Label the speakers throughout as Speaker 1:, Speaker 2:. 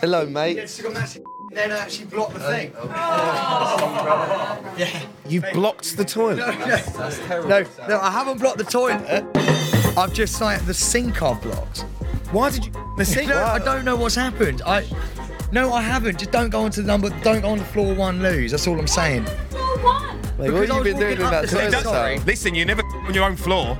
Speaker 1: Hello, mate.
Speaker 2: It's gone massive. Then I actually blocked the thing. Oh.
Speaker 1: You blocked the toilet.
Speaker 2: uh, No, no, I haven't blocked the toilet. I've just like the sink I've blocked.
Speaker 1: Why did you?
Speaker 2: The sink.
Speaker 1: Wow.
Speaker 2: I don't know what's happened. I. No, I haven't. Just don't go onto the number. Don't go onto floor one, lose. That's all I'm saying.
Speaker 1: Like, what
Speaker 2: Because I
Speaker 1: have you
Speaker 2: was walking
Speaker 1: been doing with
Speaker 2: up the
Speaker 1: that toilet?
Speaker 2: stairs, sorry.
Speaker 1: Sam?
Speaker 3: Listen, you never on your own floor.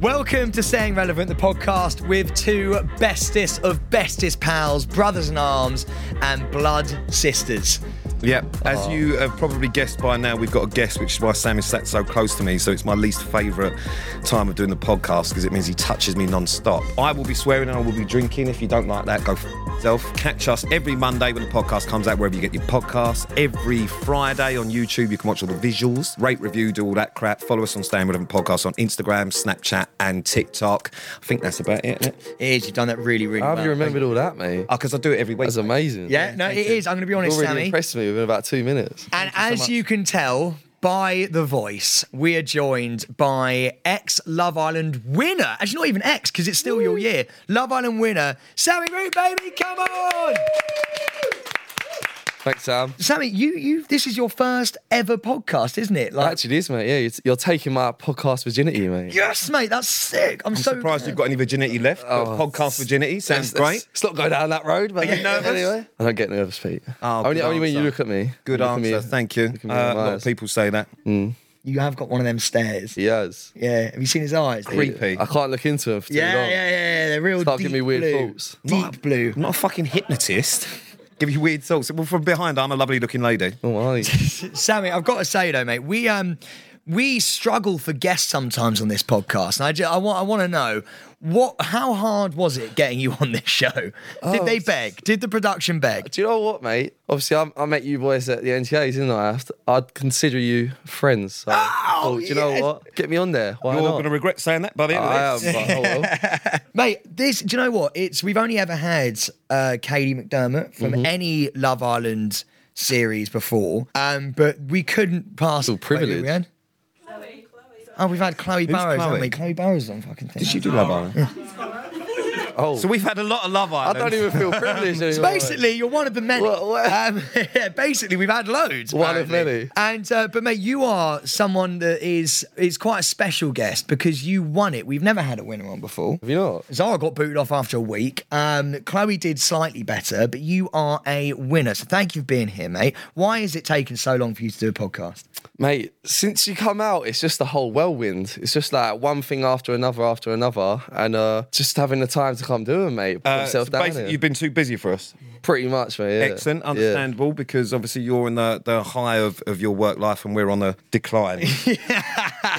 Speaker 2: Welcome to Staying Relevant, the podcast with two bestest of bestest pals, brothers in arms, and blood sisters.
Speaker 3: Yep. As you have probably guessed by now, we've got a guest, which is why Sam is sat so close to me. So it's my least favourite time of doing the podcast because it means he touches me non-stop. I will be swearing and I will be drinking. If you don't like that, go f- yourself. Catch us every Monday when the podcast comes out, wherever you get your podcasts. Every Friday on YouTube, you can watch all the visuals, rate, review, do all that crap. Follow us on Staying Relevant Podcast on Instagram, Snapchat, and TikTok. I think that's about it. Isn't it?
Speaker 2: Is you've done that really, really
Speaker 1: How
Speaker 2: well.
Speaker 1: have you remembered all that, mate?
Speaker 3: Because Oh, I do it every week.
Speaker 1: That's amazing.
Speaker 2: Yeah, no, it is. I'm going to be
Speaker 1: You
Speaker 2: honest,
Speaker 1: already
Speaker 2: Sammy.
Speaker 1: impressed me within about two minutes.
Speaker 2: And as you can tell by the voice, we are joined by ex Love Island winner. Actually, not even ex, because it's still your year. Love Island winner, Sammy Root, baby, come on!
Speaker 1: Thanks, Sam.
Speaker 2: Sammy, you, you, this is your first ever podcast, isn't it? Like,
Speaker 1: Actually, it is, mate. Yeah, you're, you're taking my podcast virginity, mate.
Speaker 2: yes, mate, that's sick. I'm, so
Speaker 3: surprised you've got any virginity left.
Speaker 1: Oh,
Speaker 3: but podcast virginity sounds
Speaker 1: Let's-
Speaker 3: great.
Speaker 1: let's- Let's not go down that road, mate.
Speaker 3: you nervous?
Speaker 1: Anyway, I don't get nervous, Pete.
Speaker 3: Oh,
Speaker 1: only,
Speaker 3: good
Speaker 1: only when you
Speaker 3: answer.
Speaker 1: look at me.
Speaker 3: Good
Speaker 1: Look at
Speaker 3: answer,
Speaker 1: me-
Speaker 3: thank you.
Speaker 1: look at
Speaker 3: Uh, a
Speaker 1: me in my
Speaker 3: lot of
Speaker 1: eyes.
Speaker 3: people say that.
Speaker 2: You have got one of them stairs.
Speaker 1: He has.
Speaker 2: Yeah, have you seen his eyes? dude?
Speaker 3: Creepy.
Speaker 1: I can't look into him for too
Speaker 2: Yeah, yeah,
Speaker 1: long.
Speaker 2: yeah, yeah. They're real
Speaker 1: Start
Speaker 2: deep
Speaker 1: giving me weird
Speaker 2: blue.
Speaker 1: thoughts.
Speaker 2: Deep blue.
Speaker 3: I'm not a fucking hypnotist. Give you weird thoughts. Well, from behind, I'm a lovely looking lady.
Speaker 1: Oh, my.
Speaker 2: Sammy, I've got to say though, mate, we um we struggle for guests sometimes on this podcast, and I, ju- I want I want to know what how hard was it getting you on this show?
Speaker 3: Oh,
Speaker 2: Did they beg? Did the production beg?
Speaker 1: Do you know what, mate? Obviously, I'm, I met you boys at the NTAs, didn't I? I have to- I'd consider you friends. So, oh, do you know
Speaker 2: yes.
Speaker 1: what? Get me on there. Why
Speaker 3: You're
Speaker 1: not?
Speaker 3: all going to regret saying that by the end
Speaker 1: I
Speaker 3: of
Speaker 1: am,
Speaker 3: this.
Speaker 1: but oh well.
Speaker 2: Mate, this do you know what? It's we've only ever had uh, Katie McDermott from
Speaker 3: Mm-hmm.
Speaker 2: any Love Island series before, um, but we couldn't pass.
Speaker 1: Ooh,
Speaker 2: Wait, who we
Speaker 1: privilege.
Speaker 2: had? Oh, we've had Chloe Barrows, haven't
Speaker 3: Chloe?
Speaker 2: we? Chloe Barrows is on fucking thing.
Speaker 3: do Love Island.
Speaker 1: Oh.
Speaker 3: So we've had a lot of Love
Speaker 1: I
Speaker 3: Island.
Speaker 1: don't even feel privileged anymore. mate.
Speaker 2: Basically, you're one of the many.
Speaker 1: What- what-
Speaker 2: Um, yeah, basically, we've had loads.
Speaker 1: One of
Speaker 2: apparently.
Speaker 1: many.
Speaker 2: And uh, but mate, you are someone that is is quite a special guest because you won it. We've never had a winner on before.
Speaker 1: Have you not?
Speaker 2: Zara got booted off after a week. Um, Chloe did slightly better, but you are a winner. So thank you for being here, mate. Why is it taking so long for you to do a podcast?
Speaker 1: Mate, since you come out, it's just a whole whirlwind. It's just like one thing after another after another, and uh, just having the time to come do it, mate. Put
Speaker 3: Uh, so
Speaker 1: yourself down
Speaker 3: basically,
Speaker 1: here.
Speaker 3: you've been too busy for us.
Speaker 1: Pretty much, mate. Yeah.
Speaker 3: Excellent,
Speaker 1: Yeah.
Speaker 3: understandable, because obviously you're in the, the high of, of your work life and we're on the decline.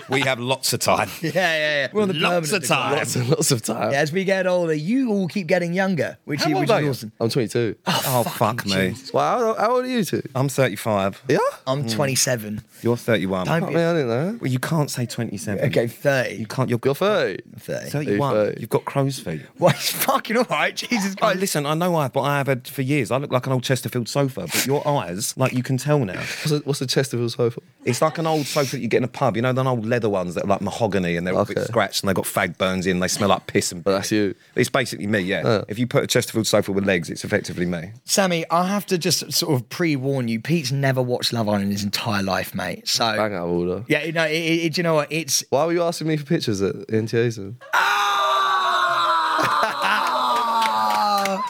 Speaker 3: we have lots of time.
Speaker 2: Yeah, yeah, yeah. We're on the
Speaker 3: Lots of
Speaker 2: permanent-
Speaker 3: time.
Speaker 1: Lots and lots of time.
Speaker 2: Yeah, as we get older, you all keep getting younger, which,
Speaker 3: How
Speaker 2: is-
Speaker 3: old
Speaker 2: which
Speaker 3: are
Speaker 2: is
Speaker 3: you?
Speaker 2: awesome.
Speaker 1: I'm 22.
Speaker 3: Oh, fuck me.
Speaker 1: Wow, how, how old are you two?
Speaker 3: I'm 35.
Speaker 1: Yeah?
Speaker 3: Hmm.
Speaker 2: I'm 27.
Speaker 3: You're 31.
Speaker 2: Don't
Speaker 1: Oh,
Speaker 2: be-
Speaker 1: man, I didn't know.
Speaker 3: Well, you can't say 27.
Speaker 2: Okay, 30.
Speaker 3: You can't. You're,
Speaker 1: You're 30.
Speaker 2: 30.
Speaker 3: 31.
Speaker 1: Thirty.
Speaker 3: You've got crow's feet.
Speaker 2: Well, it's fucking all right. Jesus
Speaker 3: Oh,
Speaker 2: Christ.
Speaker 3: listen, I know I have, but I have had for years. I look like an old Chesterfield sofa, but your eyes, like you can tell now,
Speaker 1: What's the, what's the Chesterfield sofa?
Speaker 3: it's like an old sofa that you get in a pub. You know, the old leather ones that are like mahogany and they're all a bit
Speaker 1: Okay.
Speaker 3: scratched and they've got fag burns in. They smell like piss and.
Speaker 1: Well, Oh, that's you.
Speaker 3: It's basically me, yeah. If you put a Chesterfield sofa with legs, it's effectively me.
Speaker 2: Sammy, I have to just sort of pre warn you Pete's never watched Love Island in his entire life, mate. So,
Speaker 1: Bang out of order.
Speaker 2: yeah, you know, it, it, it- do you know what? It's.
Speaker 1: Why were you asking me for pictures at NTAs then?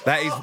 Speaker 3: That is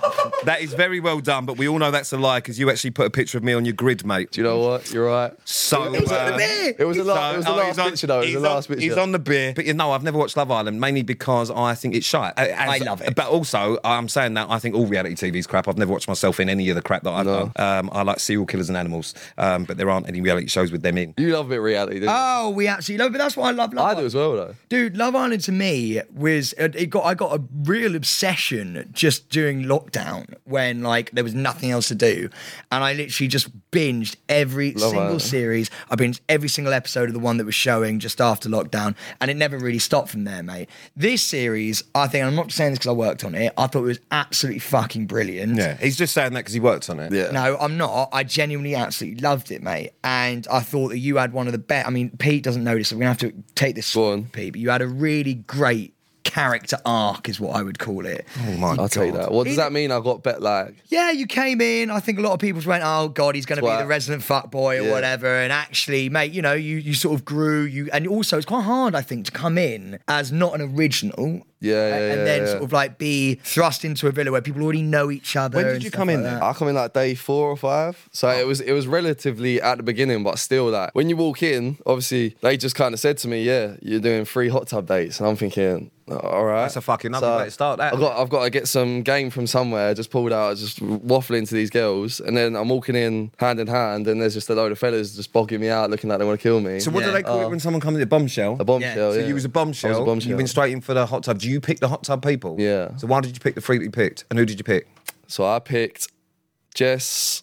Speaker 3: that is very well done, but we all know that's a lie because you actually put a picture of me on your grid, mate.
Speaker 1: Do you know what? You're right.
Speaker 3: So uh,
Speaker 2: It was on the beer.
Speaker 1: It was the, la-
Speaker 3: So-
Speaker 1: it was the
Speaker 3: oh,
Speaker 1: last
Speaker 3: he's on-
Speaker 1: picture though. It was the
Speaker 3: he's on-
Speaker 1: last picture.
Speaker 3: He's on the beer. But you know, I've never watched Love Island, mainly because I think it's shite. I,
Speaker 2: I love it.
Speaker 3: But also, I'm saying that I think all reality TV is crap. I've never watched myself in any of the crap that I've
Speaker 1: No.
Speaker 3: done. Um, I like serial killers and animals, um, but there aren't any reality shows with them in.
Speaker 1: you love a bit of reality, didn't you?
Speaker 2: Oh, we actually love, but that's why I love Love
Speaker 1: I
Speaker 2: Island.
Speaker 1: do as well though.
Speaker 2: Dude, Love Island to me was it it got I got a real obsession just during lockdown when like there was nothing else to do, and I literally just binged every
Speaker 1: Love
Speaker 2: single
Speaker 1: Island.
Speaker 2: series. I binged every single episode of the one that was showing just after lockdown, and it never really stopped from there, mate. This series, I think, and I'm not saying this because I worked on it. I thought it was absolutely fucking brilliant.
Speaker 3: Yeah, he's just saying that because he worked on it.
Speaker 1: Yeah.
Speaker 2: No, I'm not. I genuinely absolutely loved it, mate. And I thought that you had one of the best. I mean, Pete doesn't know this, so we're gonna have to take this.
Speaker 1: Go on.
Speaker 2: Pete, but you had a really great character arc, is what I would call it.
Speaker 3: Oh my
Speaker 1: I'll
Speaker 3: god.
Speaker 1: take that. What does that mean? I got bet like
Speaker 2: Yeah, you came in. I think a lot of people just went, "Oh God, he's going to be
Speaker 1: Twat.
Speaker 2: the resident fuck boy or
Speaker 1: Yeah.
Speaker 2: whatever." And actually, mate, you know, you you sort of grew. You and also, it's quite hard, I think, to come in as not an original.
Speaker 1: Yeah,
Speaker 2: a-
Speaker 1: yeah,
Speaker 2: and
Speaker 1: yeah,
Speaker 2: then
Speaker 1: yeah.
Speaker 2: sort of like be thrust into a villa where people already know each other.
Speaker 3: When did
Speaker 2: and
Speaker 3: you
Speaker 2: stuff
Speaker 3: come in
Speaker 2: like
Speaker 3: then?
Speaker 2: that.
Speaker 1: I come in like day four or five. So it was it was relatively at the beginning, but still like when you walk in, obviously they just kind of said to me, "Yeah, you're doing three hot tub dates," and I'm thinking. All right,
Speaker 3: That's a fucking lovely way to start that.
Speaker 1: I've got, I've got to get some game from somewhere. Just pulled out, just waffling to these girls, and then I'm walking in hand in hand, and there's just a load of fellas just bogging me out, looking like they want to kill me.
Speaker 3: So what
Speaker 2: Yeah.
Speaker 3: do they call it when someone comes in a bombshell?
Speaker 1: a bombshell.
Speaker 3: So
Speaker 1: yeah.
Speaker 3: you was a
Speaker 1: I was
Speaker 3: bombshell.
Speaker 1: a bombshell.
Speaker 3: You went straight in for the hot tub. Do you pick the hot tub people?
Speaker 1: Yeah.
Speaker 3: So why did you pick the three that you picked? And who did you pick?
Speaker 1: So I picked Jess,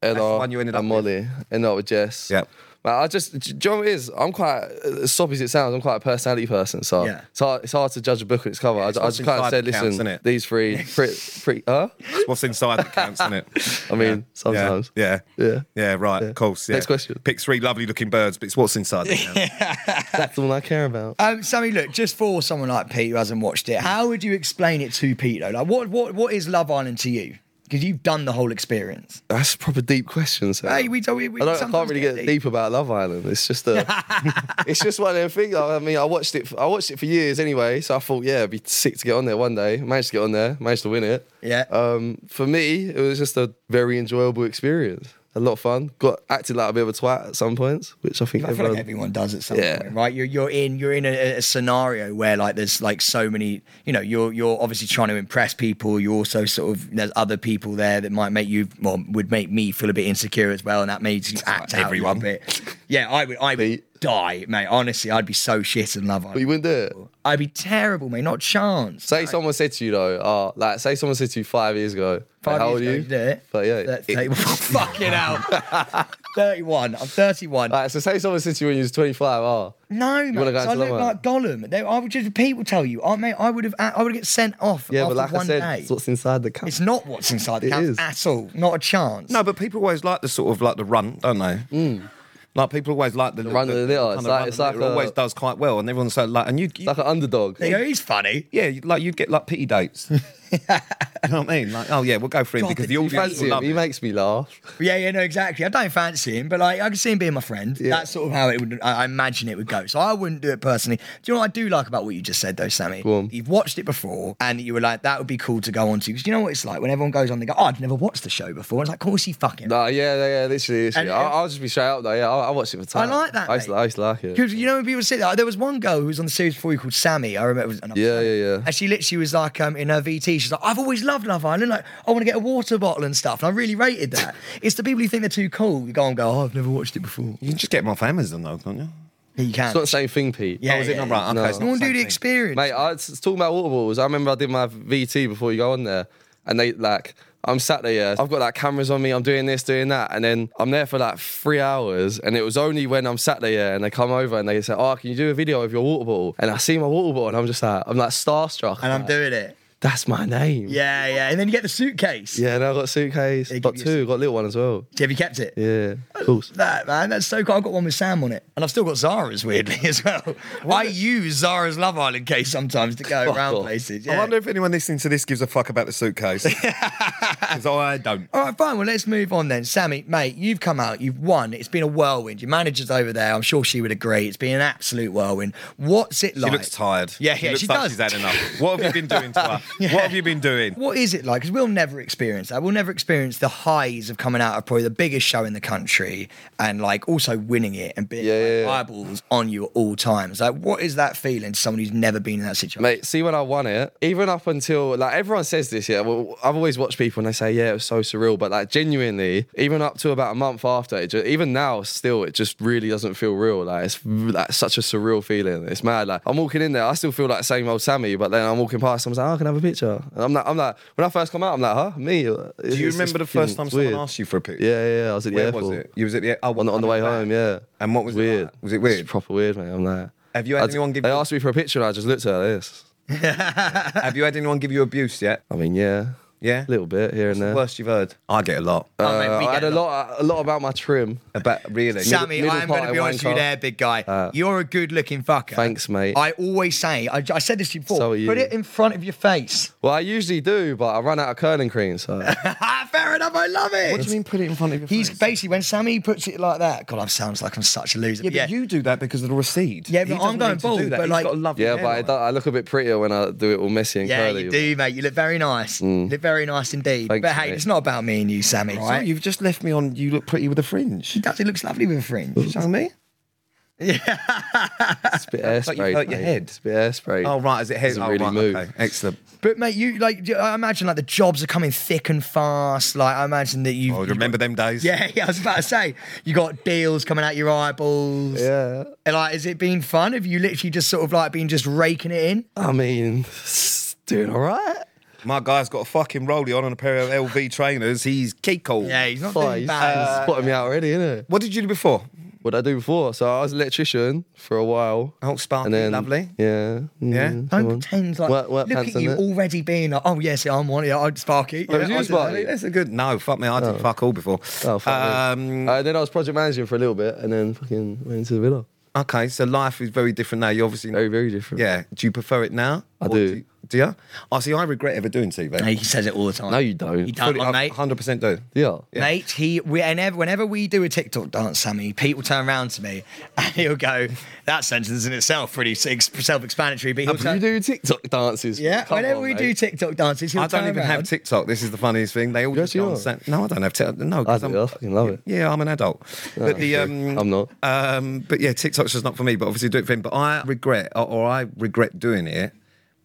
Speaker 3: the
Speaker 1: Ella,
Speaker 3: one you ended
Speaker 1: and
Speaker 3: up with.
Speaker 1: Molly. Ended up with Jess.
Speaker 3: Yep.
Speaker 1: But I just, do you know what it is? I'm quite, as soppy as it sounds, I'm quite a personality person. So
Speaker 2: Yeah.
Speaker 1: it's, hard, it's hard to judge a book on its cover. I,
Speaker 3: it's
Speaker 1: ju- I
Speaker 3: what's
Speaker 1: just kind of
Speaker 3: inside
Speaker 1: said,
Speaker 3: that
Speaker 1: listen,
Speaker 3: counts, innit?
Speaker 1: these three, pretty, pretty, huh?
Speaker 3: It's what's inside that counts, isn't it?
Speaker 1: I mean, sometimes.
Speaker 3: Yeah. Yeah.
Speaker 1: Yeah.
Speaker 3: Yeah, right, of course. Yeah.
Speaker 1: Next question.
Speaker 3: Pick three lovely looking birds, but it's what's inside that counts.
Speaker 1: That's all I care about.
Speaker 2: Um, Sammy, look, just for someone like Pete who hasn't watched it, how would you explain it to Pete though? Like, what what what is Love Island to you? Because you've done the whole experience.
Speaker 1: That's a proper deep question. So.
Speaker 2: Hey, we don't. We, we
Speaker 1: I, don't, I
Speaker 2: sometimes
Speaker 1: can't really get deep. about Love Island. It's just a, it's just one of them things. I mean, I watched it. I watched it for years anyway, so I thought, yeah, it'd be sick to get on there one day. Managed to get on there, managed to win it.
Speaker 2: Yeah.
Speaker 1: Um, for me, it was just a very enjoyable experience. A lot of fun. Got acted like a bit of a twat at some points, which I think
Speaker 2: I feel
Speaker 1: everyone.
Speaker 2: like everyone does at some
Speaker 1: Yeah.
Speaker 2: point, right? You're you're in you're in a, a scenario where like there's like so many, you know, you're you're obviously trying to impress people. You also sort of there's other people there that might make you well would make me feel a bit insecure as well, and that made you act out
Speaker 3: everyone.
Speaker 2: a little bit. Yeah, I would I would die, mate. Honestly, I'd be so shit in love.
Speaker 1: but you
Speaker 2: Island.
Speaker 1: wouldn't do it.
Speaker 2: I'd be terrible, mate. Not a chance.
Speaker 1: Say someone said to you though, uh, like say someone said to you five years ago,
Speaker 2: Five
Speaker 1: how
Speaker 2: years
Speaker 1: old
Speaker 2: ago,
Speaker 1: are you?
Speaker 2: you did it.
Speaker 1: But yeah,
Speaker 2: That's it. fucking hell. 31. I'm 31.
Speaker 1: like, so say someone said to you when you was twenty five. Oh,
Speaker 2: No, mate.
Speaker 1: wanna go
Speaker 2: 'cause I
Speaker 1: into
Speaker 2: look
Speaker 1: Love
Speaker 2: like Gollum. They, I would just people tell you, I mate, I would have, I would get sent off.
Speaker 1: yeah,
Speaker 2: after
Speaker 1: but like I
Speaker 2: one
Speaker 1: said,
Speaker 2: day.
Speaker 1: it's what's inside the cup.
Speaker 2: It's not what's inside the
Speaker 1: It
Speaker 2: house
Speaker 1: is.
Speaker 2: at all. Not a chance.
Speaker 3: No, but people always like the sort of like the run, don't they? Like people always like the,
Speaker 1: run of Mm. the litter.
Speaker 3: kind of
Speaker 1: It's like-
Speaker 3: run of
Speaker 1: it's
Speaker 3: the
Speaker 1: like
Speaker 3: litter
Speaker 1: a-
Speaker 3: always does quite well, and everyone's so like, and you, you
Speaker 1: like an underdog.
Speaker 2: they go, he's funny.
Speaker 3: yeah, you- like you'd get like pity dates. you know what I mean? Like, oh yeah, we'll go for him because the
Speaker 2: you
Speaker 1: You
Speaker 3: audience will
Speaker 1: fancy him?
Speaker 3: love
Speaker 1: He
Speaker 3: it.
Speaker 1: makes me laugh.
Speaker 2: Yeah, yeah, no, exactly. I don't fancy him, but like I can see him being my friend. That's sort of how it would. I I imagine it would go. So I wouldn't do it personally. Do you know what I do like about what you just said though, Sammy?
Speaker 1: Go on.
Speaker 2: You've watched it before, and you were like, "That would be cool to go on to." Because you know what it's like when everyone goes on, they go, "Oh, I've never watched the show before." And it's like, "Of course you fucking."
Speaker 1: Nah, yeah, yeah, yeah, literally. literally.
Speaker 2: And-
Speaker 1: I, I'll just be straight up though. Yeah, I, I watched it for
Speaker 2: I
Speaker 1: time.
Speaker 2: like that.
Speaker 1: I used, to,
Speaker 2: mate.
Speaker 1: I used to like it.
Speaker 2: 'Cause you know when people say that, there was one girl who was on the series before you called Sammy. I remember. It was, and I'm
Speaker 1: Yeah,
Speaker 2: Sammy.
Speaker 1: yeah, yeah.
Speaker 2: And she literally was like, um, in her VT, she's like, "I've always loved Love Island. Like, I want to get a water bottle and stuff." And I really rated that. it's the people who think they're too cool. You go and go. Oh, I've never watched it before.
Speaker 3: You can just get them off Amazon though, can't you?
Speaker 2: Yeah, you can.
Speaker 1: It's not the same thing, Pete.
Speaker 2: Yeah,
Speaker 3: Oh, is it
Speaker 2: yeah,
Speaker 3: not right?
Speaker 1: No.
Speaker 3: Okay, it's
Speaker 2: You
Speaker 3: not
Speaker 2: want to do
Speaker 3: same
Speaker 2: the
Speaker 3: thing.
Speaker 2: experience,
Speaker 1: Mate, I was talking about water bottles. I remember I did my VT before you go on there, and they like I'm sat there. Yeah, I've got like cameras on me. I'm doing this, doing that, and then I'm there for like three hours. And it was only when I'm sat there, yeah, and they come over and they say, "Oh, can you do a video of your water bottle?" And I see my water bottle, and I'm just like, I'm like starstruck.
Speaker 2: and I'm
Speaker 1: like,
Speaker 2: doing it.
Speaker 1: That's my name.
Speaker 2: Yeah, yeah. And then you get the suitcase.
Speaker 1: Yeah, and I got a suitcase.
Speaker 2: give
Speaker 1: Got
Speaker 2: you a
Speaker 1: two. Got a little one as well.
Speaker 2: Have you kept it?
Speaker 1: Yeah, of course.
Speaker 2: That man, that's so cool. I've got one with Sam on it, and I've still got Zara's weirdly as well. I use Zara's Love Island case sometimes to go
Speaker 1: Fuck
Speaker 2: around
Speaker 1: off.
Speaker 2: places.
Speaker 3: I
Speaker 2: yeah.
Speaker 3: wonder if anyone listening to this gives a fuck about the suitcase. Because I don't.
Speaker 2: All right, fine. Well, let's move on then. Sammy, mate, you've come out, you've won. It's been a whirlwind. Your manager's over there. I'm sure she would agree. It's been an absolute whirlwind. What's it
Speaker 3: She
Speaker 2: like?
Speaker 3: looks tired.
Speaker 2: Yeah, yeah,
Speaker 3: looks
Speaker 2: she
Speaker 3: like
Speaker 2: does.
Speaker 3: She's had enough. What have you been doing to her? What have you been doing?
Speaker 2: What is it like? Because we'll never experience that. We'll never experience the highs of coming out of probably the biggest show in the country and like also winning it and being
Speaker 1: Yeah,
Speaker 2: like,
Speaker 1: yeah, yeah.
Speaker 2: eyeballs on you at all times. Like, what is that feeling to someone who's never been in that situation?
Speaker 1: Mate, see when I won it, even up until like everyone says this, yeah. Well, I've always watched people and they say, yeah, it was so surreal, but like genuinely, even up to about a month after, it just, even now, still, it just really doesn't feel real. Like it's like such a surreal feeling. It's mad. Like I'm walking in there, I still feel like same old Sammy, but then I'm walking past, someone's like, oh, can I have a picture? And I'm like, I'm like, when I first come out, I'm like, huh, me? Uh, Do
Speaker 3: Do you remember the first time someone asked you for a picture?
Speaker 1: Yeah, yeah, yeah, I was at the
Speaker 3: Where
Speaker 1: airport.
Speaker 3: was it? You was at the oh,
Speaker 1: On the, on the way
Speaker 3: coming back.
Speaker 1: home, yeah.
Speaker 3: And what was it like?
Speaker 1: weird?
Speaker 3: Was it
Speaker 1: It's
Speaker 3: weird?
Speaker 1: proper weird, mate. I'm like,
Speaker 3: Have you had
Speaker 1: I d-
Speaker 3: anyone give
Speaker 1: They
Speaker 3: you-
Speaker 1: asked me for a picture, and I just looked at her like this.
Speaker 3: Have you had anyone give you abuse yet?
Speaker 1: I mean, yeah.
Speaker 3: Yeah.
Speaker 1: little bit here and there.
Speaker 3: Worst you've heard? I get a lot.
Speaker 2: Oh, mate,
Speaker 1: Uh,
Speaker 2: we
Speaker 1: I
Speaker 2: get
Speaker 1: had
Speaker 2: a
Speaker 1: a lot, a lot about my trim.
Speaker 3: About really.
Speaker 2: Sammy,
Speaker 1: middle
Speaker 2: I am going to
Speaker 1: part
Speaker 2: be
Speaker 1: of
Speaker 2: honest with you
Speaker 1: wanker.
Speaker 2: there, big guy. You're a good looking fucker.
Speaker 1: Thanks, mate.
Speaker 2: I always say, I, I said this to you before,
Speaker 1: So are
Speaker 2: put
Speaker 1: you.
Speaker 2: it in front of your face.
Speaker 1: Well, I usually do, but I run out of curling cream, so.
Speaker 2: Fair enough, I love it.
Speaker 1: mean, put it in front of your
Speaker 2: He's basically, when Sammy puts it like that, God, I sounds like I'm such a loser.
Speaker 3: yeah, but you do that because of the recede.
Speaker 2: Yeah, but
Speaker 3: He
Speaker 2: I'm
Speaker 3: doesn't
Speaker 2: going
Speaker 3: need to
Speaker 2: bald,
Speaker 3: do that.
Speaker 2: but
Speaker 3: He's
Speaker 2: like-
Speaker 3: got a lovely
Speaker 1: Yeah, but I,
Speaker 3: hairline.
Speaker 1: do- I look a bit prettier when I do it all messy and
Speaker 2: Yeah,
Speaker 1: curly.
Speaker 2: you do, mate. You look very nice. You look very nice indeed.
Speaker 1: Mm. Thanks,
Speaker 2: but hey,
Speaker 1: mate.
Speaker 2: it's not about me and you, Sammy,
Speaker 3: So
Speaker 2: right?
Speaker 3: you've just left me on. You look pretty with a fringe.
Speaker 2: It actually looks lovely with a fringe.
Speaker 3: Sammy.
Speaker 1: It's a bit air
Speaker 3: like
Speaker 1: sprayed.
Speaker 3: you hurt your
Speaker 1: mate.
Speaker 3: head.
Speaker 1: It's a bit air sprayed.
Speaker 3: Oh right, is it hair?
Speaker 1: Doesn't
Speaker 3: oh,
Speaker 1: really
Speaker 3: right,
Speaker 1: move.
Speaker 3: Okay, excellent.
Speaker 2: But mate, you like do- I imagine like the jobs are coming thick and fast. Like I imagine that you
Speaker 3: Oh, remember them days?
Speaker 2: Yeah, yeah, I was about to say you got deals coming out your eyeballs.
Speaker 1: Yeah.
Speaker 2: And, like, has it been fun? Have you literally just sort of like been just raking it in?
Speaker 1: I mean, doing all right.
Speaker 3: My guy's got a fucking rollie on and a pair of LV trainers. He's Kiko.
Speaker 2: Yeah, he's not
Speaker 1: Fine,
Speaker 2: doing
Speaker 1: he's
Speaker 2: bad.
Speaker 1: he's spotted me out already, innit?
Speaker 3: What did you do before?
Speaker 1: What I do before? So I was an electrician for a while.
Speaker 3: Oh, sparkly,
Speaker 1: and then,
Speaker 3: lovely.
Speaker 1: Yeah.
Speaker 3: Yeah?
Speaker 1: mm,
Speaker 2: Don't
Speaker 1: come on.
Speaker 2: pretend like
Speaker 1: Work- work
Speaker 2: look
Speaker 1: pants
Speaker 2: at
Speaker 1: and
Speaker 2: you
Speaker 1: it.
Speaker 2: already being like, oh yes, yeah, I'm one. Yeah, I'm Sparky.
Speaker 1: Oh, it
Speaker 2: Yeah, I did
Speaker 1: was you,
Speaker 2: that.
Speaker 1: Sparky?
Speaker 3: That's a good. No, fuck me. I did fuck all before.
Speaker 1: Oh, fuck
Speaker 3: um,
Speaker 1: um, uh, Then I was project managing for a little bit and then fucking went into the villa.
Speaker 3: Okay, so life is very different now. You obviously.
Speaker 1: Very, very different.
Speaker 3: Yeah. Do you prefer it now?
Speaker 1: I
Speaker 3: Or
Speaker 1: do.
Speaker 3: you, do you? I see. I regret ever doing TV.
Speaker 2: Mate, he says it all the time.
Speaker 1: No, you don't.
Speaker 2: You don't, my mate.
Speaker 3: Hundred percent do.
Speaker 1: Yeah.
Speaker 2: Mate, he whenever whenever we do a TikTok dance, Sammy, Pete will turn around to me and he'll go, "That sentence in itself pretty self explanatory." But he'll
Speaker 1: You
Speaker 2: turn,
Speaker 1: do TikTok dances.
Speaker 2: yeah,
Speaker 1: Come
Speaker 2: whenever
Speaker 1: on,
Speaker 2: we
Speaker 1: mate.
Speaker 2: do TikTok dances, he'll
Speaker 3: I don't
Speaker 2: turn
Speaker 3: even
Speaker 2: around.
Speaker 3: have TikTok. This is the funniest thing. They all
Speaker 1: Yes,
Speaker 3: just
Speaker 1: you
Speaker 3: go on
Speaker 1: are.
Speaker 3: Sam- No, I don't have TikTok. No,
Speaker 1: I
Speaker 3: 'cause
Speaker 1: do. I fucking love it.
Speaker 3: Yeah, I'm an adult. but the um,
Speaker 1: I'm not.
Speaker 3: Um, but yeah, TikTok's just not for me. But obviously, do it for him. But I regret, or, or I regret doing it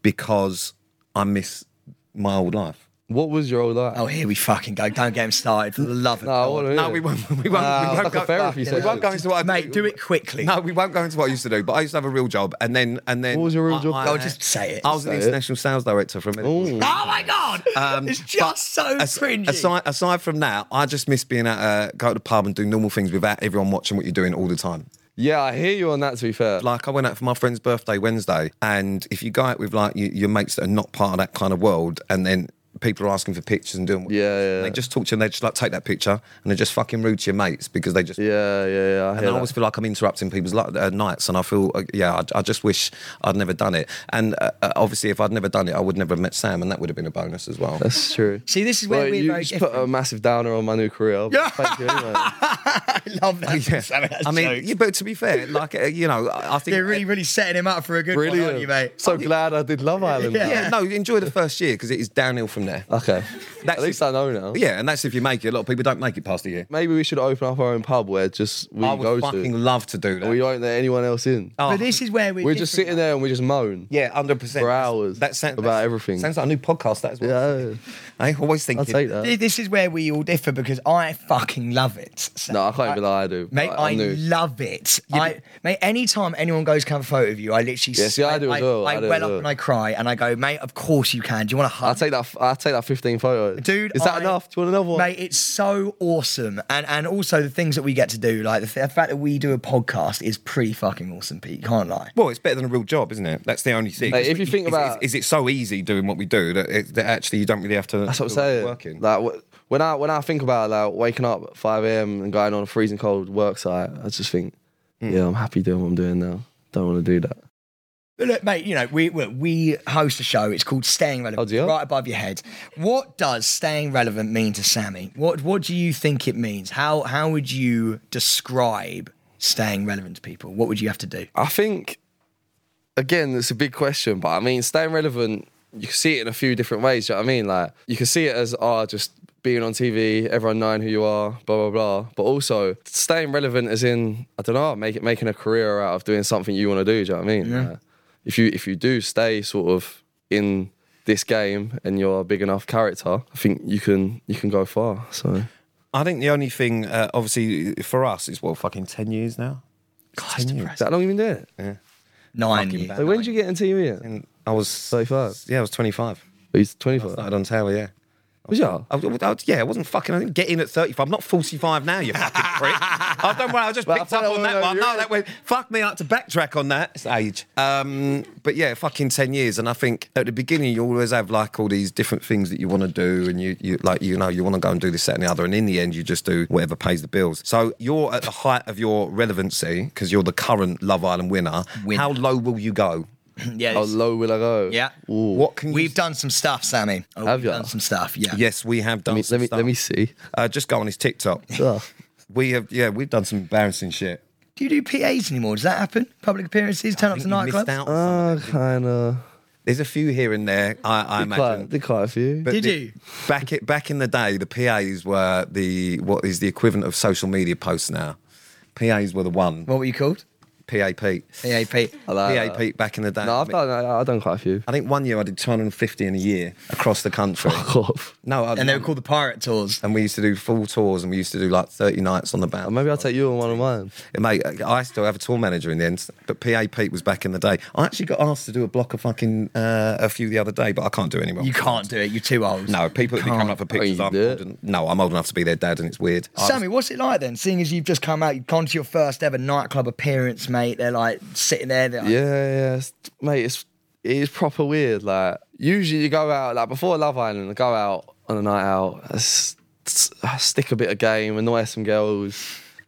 Speaker 3: because I miss my old life.
Speaker 1: What was your old life?
Speaker 2: Oh, here we fucking go! Don't get him started for the love of
Speaker 1: no, I
Speaker 2: God.
Speaker 1: want to.
Speaker 3: No, oh, we won't. We won't.
Speaker 1: Ah,
Speaker 3: we won't
Speaker 1: like
Speaker 3: go,
Speaker 1: a therapy
Speaker 3: we
Speaker 1: session.
Speaker 3: won't go into what I
Speaker 2: Mate, do it quickly.
Speaker 3: No, we won't go into what I used to do. But I used to have a real job, and then and then.
Speaker 1: What was your real
Speaker 3: I,
Speaker 1: job?
Speaker 3: I,
Speaker 2: Oh, just say it.
Speaker 3: I was an
Speaker 1: Say it.
Speaker 3: international sales director for a minute.
Speaker 1: Ooh.
Speaker 2: Oh my god!
Speaker 1: Um,
Speaker 2: it's
Speaker 3: But
Speaker 2: just so
Speaker 3: as-
Speaker 2: cringy.
Speaker 3: Aside, aside from that, I just miss being at uh, go to the pub and do normal things without everyone watching what you're doing all the time.
Speaker 1: Yeah, I hear you on that. To be fair,
Speaker 3: Like I went out for my friend's birthday Wednesday, and if you go out with like your, your mates that are not part of that kind of world, and then people are asking for pictures and doing what
Speaker 1: Yeah, yeah.
Speaker 3: and they just talk to you and they just like take that picture and they're just fucking rude to your mates because they just
Speaker 1: yeah, yeah, yeah. I
Speaker 3: and
Speaker 1: hear
Speaker 3: I
Speaker 1: that.
Speaker 3: always feel like I'm interrupting people's li- uh, nights, and I feel, uh, yeah, I, I just wish I'd never done it. And uh, uh, obviously, if I'd never done it, I would never have met Sam, and that would have been a bonus as well.
Speaker 1: That's true.
Speaker 2: See, this is where
Speaker 1: Well,
Speaker 2: we're
Speaker 1: you
Speaker 2: very
Speaker 1: just put a massive downer on my new career. but Thank you anyway.
Speaker 2: I love that. Sammy, that's
Speaker 3: I mean,
Speaker 2: jokes.
Speaker 3: yeah, but to be fair, like uh, you know, I I think
Speaker 2: they're really, really setting him up for a good one, aren't
Speaker 1: Brilliant.
Speaker 2: you, mate?
Speaker 1: So glad I did Love Island.
Speaker 2: Yeah.
Speaker 3: yeah, uh, no, enjoy the first year because it is downhill from there.
Speaker 1: Okay.
Speaker 3: That's-
Speaker 1: At least I know now.
Speaker 3: Yeah, and that's if you make it. A lot of people don't make it past the year.
Speaker 1: Maybe we should open up our own pub where just we
Speaker 3: I
Speaker 1: go
Speaker 3: would fucking
Speaker 1: to.
Speaker 3: love to do that.
Speaker 1: We won't let anyone else in.
Speaker 3: Oh,
Speaker 2: But this is where we're.
Speaker 1: We're just
Speaker 2: different.
Speaker 1: sitting there and we just moan.
Speaker 3: yeah, hundred percent
Speaker 1: For hours,
Speaker 3: That sounds
Speaker 1: about
Speaker 3: that's-
Speaker 1: everything.
Speaker 3: Sounds like a new podcast. That as well.
Speaker 1: Yeah,
Speaker 3: I always think
Speaker 1: I'll take that.
Speaker 2: Th- This is where we all differ because I fucking love it. So-
Speaker 1: No, I can't even lie. I do.
Speaker 2: Mate,
Speaker 1: Like,
Speaker 2: I,
Speaker 1: I'm new.
Speaker 2: love it. I, mate, anytime anyone goes to have a photo of you, I literally
Speaker 1: Yeah, see, I do as well.
Speaker 2: I,
Speaker 1: I do
Speaker 2: well
Speaker 1: as
Speaker 2: up
Speaker 1: well.
Speaker 2: and I cry and I go, mate, of course you can. Do you want to hug?
Speaker 1: I'll take that. f- I'll take that 15 photo.
Speaker 2: Dude,
Speaker 1: is that
Speaker 2: I-
Speaker 1: enough? Do you want another one?
Speaker 2: Mate, it's so awesome, and and also the things that we get to do, like the, th- the fact that we do a podcast is pretty fucking awesome, Pete. Can't lie.
Speaker 3: Well, it's better than a real job, isn't it? That's the only thing.
Speaker 1: Mate, if you think
Speaker 3: Is-
Speaker 1: about-
Speaker 3: is, is it so easy doing what we do that, it, that actually you don't really have to.
Speaker 1: That's what I'm saying.
Speaker 3: Working.
Speaker 1: Like wh- when I when I think about like waking up at 5 a.m. and going on a freezing cold work site, I just think,
Speaker 2: Hmm.
Speaker 1: yeah, I'm happy doing what I'm doing now. Don't want to do that.
Speaker 2: But look, mate, you know we we- we host a show. It's called Staying Relevant,
Speaker 1: Oh, do you?
Speaker 2: right above your head. What does staying relevant mean to Sammy? What what do you think it means? How how would you describe staying relevant to people? What would you have to do?
Speaker 1: I think again, it's a big question, but I mean, staying relevant, you can see it in a few different ways. Do you know what I mean? Like you can see it as ah, just being on TV, everyone knowing who you are, blah blah blah. But also staying relevant, as in I don't know, make making a career out of doing something you want to do. Do you know what I mean? Like, if you if you do stay sort of in this game and you're a big enough character, I think you can you can go far. So
Speaker 3: I think the only thing, uh, obviously, for us, is what fucking ten years now. ten years.
Speaker 1: is that long you been doing it?
Speaker 2: Nine years.
Speaker 1: Like, when did you get in TV? At?
Speaker 3: And I was
Speaker 1: Thirty five.
Speaker 3: Yeah, I was twenty-five.
Speaker 1: He's twenty five.
Speaker 3: Started on Tower. Yeah.
Speaker 1: Was you?
Speaker 3: I, I- I- yeah, I wasn't fucking. I didn't get in at 35. I'm not 45 now, you fucking prick. I don't worry, I just
Speaker 1: But I
Speaker 3: picked
Speaker 1: thought
Speaker 3: up
Speaker 1: I
Speaker 3: on
Speaker 1: was
Speaker 3: that one.
Speaker 1: over
Speaker 3: No,
Speaker 1: you.
Speaker 3: that went. Fuck me up to backtrack on that. It's age. Um, but yeah, fucking 10 years. And I think at the beginning, you always have like all these different things that you want to do. And you, you like, you know, you want to go and do this, that, and the other. And in the end, you just do whatever pays the bills. So you're at the height of your relevancy because you're the current Love Island winner.
Speaker 2: Winner.
Speaker 3: How low will you go?
Speaker 2: yeah,
Speaker 1: How
Speaker 2: it's-
Speaker 1: Oh, low will I go?
Speaker 2: Yeah.
Speaker 1: Ooh.
Speaker 3: What can you
Speaker 2: we've done some stuff, Sammy. Oh,
Speaker 1: Have
Speaker 2: we've
Speaker 1: ya?
Speaker 2: done some stuff. Yeah.
Speaker 3: Yes, we have done.
Speaker 1: Let me,
Speaker 3: some
Speaker 1: let me,
Speaker 3: stuff.
Speaker 1: let me see.
Speaker 3: Uh, just go on his TikTok.
Speaker 1: Ugh.
Speaker 3: We have, yeah, we've done some embarrassing shit.
Speaker 2: Do you do PAs anymore? Does that happen? Public appearances, turn up to
Speaker 3: think you missed
Speaker 2: nightclubs.
Speaker 3: out on some.
Speaker 1: Uh, kind of.
Speaker 3: There's a few here and there, I, I imagine.
Speaker 1: Quite, did quite a few.
Speaker 3: But
Speaker 2: Did
Speaker 3: the-
Speaker 2: you?
Speaker 3: Back it back in the day, the PAs were the what is the equivalent of social media posts now. PAs were the one.
Speaker 2: What were you called? E
Speaker 3: PA Pete.
Speaker 2: PAP.
Speaker 1: I like
Speaker 3: PA
Speaker 1: that.
Speaker 3: Pete back in the day.
Speaker 1: Uh, No, I've done, I- I've done quite a few.
Speaker 3: I think one year I did 250 in a year across the country.
Speaker 1: Cough.
Speaker 3: no, I,
Speaker 2: And they were called the Pirate Tours.
Speaker 3: And we used to do full tours, and we used to do like 30 nights on the bounce.
Speaker 1: Maybe I'll take you on one of mine.
Speaker 3: Yeah, Mate, I still have a tour manager in the end, but PA Pete was back in the day. I actually got asked to do a block of fucking uh, a few the other day, but I can't do it anymore.
Speaker 2: You can't do it. You're too old.
Speaker 3: No, people that be coming up for pictures.
Speaker 1: Oh, you
Speaker 3: I'm
Speaker 1: do
Speaker 3: old
Speaker 1: it.
Speaker 3: en- no, I'm old enough to be their dad, and it's weird. I was-
Speaker 2: Sammy, what's it like then? Seeing as you've just come out, you've gone to your first ever nightclub appearance, mate. They're like sitting there. They're like,
Speaker 1: Yeah, yeah, it's- mate. It's it is proper weird. Like usually you go out like before Love Island, I go out on a night out, I s- s- I stick a bit of game, annoy some girls,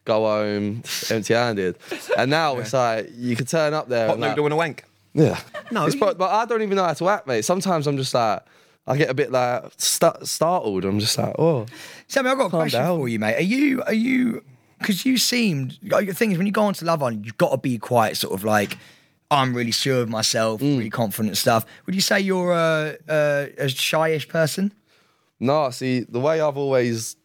Speaker 1: go home empty-handed. And now it's like you could turn up there.
Speaker 3: hot
Speaker 1: and, like-
Speaker 3: noodle and a wank.
Speaker 1: yeah.
Speaker 3: No,
Speaker 1: It's
Speaker 3: you-
Speaker 1: pro- but I don't even know how to act, mate. Sometimes I'm just like. I get a bit like stu- startled. I'm just like, oh,
Speaker 2: Sammy, I've got a question
Speaker 1: down.
Speaker 2: for you, mate. Are you, are you, because you seemed, like, the thing is, when you go on to Love Island, you've got to be quite sort of like, I'm really sure of myself, really confident and stuff. Would you say you're a, a, a shyish person?
Speaker 1: no. See, the way I've always,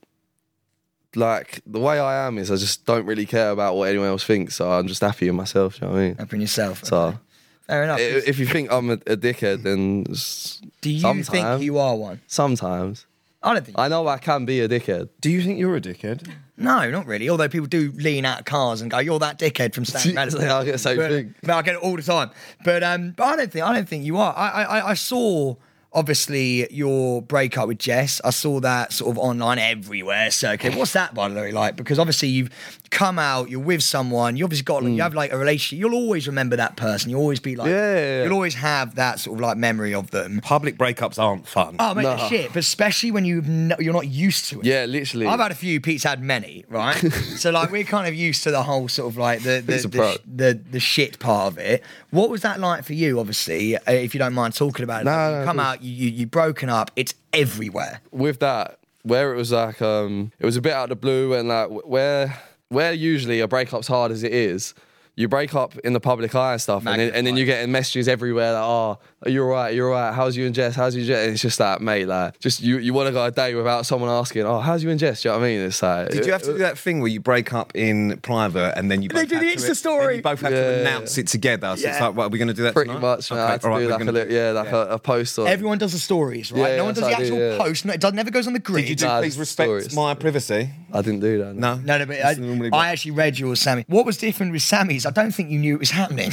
Speaker 1: like, the way I am is, I just don't really care about what anyone else thinks. So I'm just happy in myself. Do you know what I mean?
Speaker 2: Up in yourself.
Speaker 1: So
Speaker 2: Fair enough.
Speaker 1: i- if you think I'm a, a dickhead, then s-
Speaker 2: Do you think
Speaker 1: sometime-
Speaker 2: you are one?
Speaker 1: sometimes
Speaker 2: I don't think.
Speaker 1: I know I can be a dickhead.
Speaker 3: Do you think you're a dickhead?
Speaker 2: no, not really. Although people do lean out of cars and go, "You're that dickhead from Stan Madison."
Speaker 1: I get the same
Speaker 2: but,
Speaker 1: thing.
Speaker 2: but I get it all the time. But um, but I don't think I don't think you are. I I, I- I saw obviously your breakup with Jess. I saw that sort of online everywhere circuit. What's that by the way like? Because obviously you've come out, you're with someone, you obviously got you have like a relationship. You'll always remember that person. You'll always be like,
Speaker 1: Mm. Yeah, yeah, yeah.
Speaker 2: you'll always have that sort of like memory of them.
Speaker 3: Public breakups aren't fun.
Speaker 2: Oh mate,
Speaker 1: No.
Speaker 2: they're shit. But especially when you no, you're not used to it.
Speaker 1: Yeah, literally.
Speaker 2: I've had a few. Pete's had many, right? so like we're kind of used to the whole sort of like the the
Speaker 1: He's a
Speaker 2: the,
Speaker 1: pro.
Speaker 2: sh- the the shit part of it. What was that like for you? Obviously, uh, if you don't mind talking about it,
Speaker 1: No,
Speaker 2: you
Speaker 1: no,
Speaker 2: come out, you, you you broken up. It's everywhere.
Speaker 1: with that, where it was like um, it was a bit out of the blue, and like wh- where where usually a breakup's hard as it is. You break up in the public eye and stuff, and then, and then
Speaker 2: Magnified.
Speaker 1: you get messages everywhere like, "Oh, you're right, you're right. How's you and Jess? How's you and Jess?" And it's just like, mate, like, just you, you want to go a day without someone asking, "Oh, how's you and Jess?" Do you know what I mean? It's like,
Speaker 3: Did you have to do that thing where you break up in private and then you both
Speaker 2: do
Speaker 3: have
Speaker 2: the
Speaker 3: to-
Speaker 2: Insta
Speaker 3: then
Speaker 2: story.
Speaker 3: You both have to
Speaker 1: Yeah.
Speaker 3: announce it together. So it's
Speaker 2: Yeah.
Speaker 3: like, what are we going to do that?
Speaker 1: pretty
Speaker 3: tonight?
Speaker 1: much? man, I had to
Speaker 3: alright,
Speaker 1: do
Speaker 3: we're
Speaker 1: like a
Speaker 3: gonna
Speaker 1: little, yeah, like
Speaker 3: yeah.
Speaker 1: A, a post on
Speaker 2: Everyone does the stories, right?
Speaker 1: Yeah,
Speaker 2: no one
Speaker 1: that's
Speaker 2: does the
Speaker 1: what I do,
Speaker 2: actual
Speaker 1: yeah.
Speaker 2: post. No, it does, never goes on the grid.
Speaker 3: Did you do?
Speaker 1: Nah,
Speaker 3: please
Speaker 1: it's
Speaker 3: respect
Speaker 1: stories.
Speaker 3: my privacy.
Speaker 1: I didn't do that.
Speaker 3: No,
Speaker 2: No, no, but
Speaker 3: It's
Speaker 2: I,
Speaker 3: normally-
Speaker 2: I actually read yours, Sammy. What was different with Sammy's? I don't think you knew it was happening.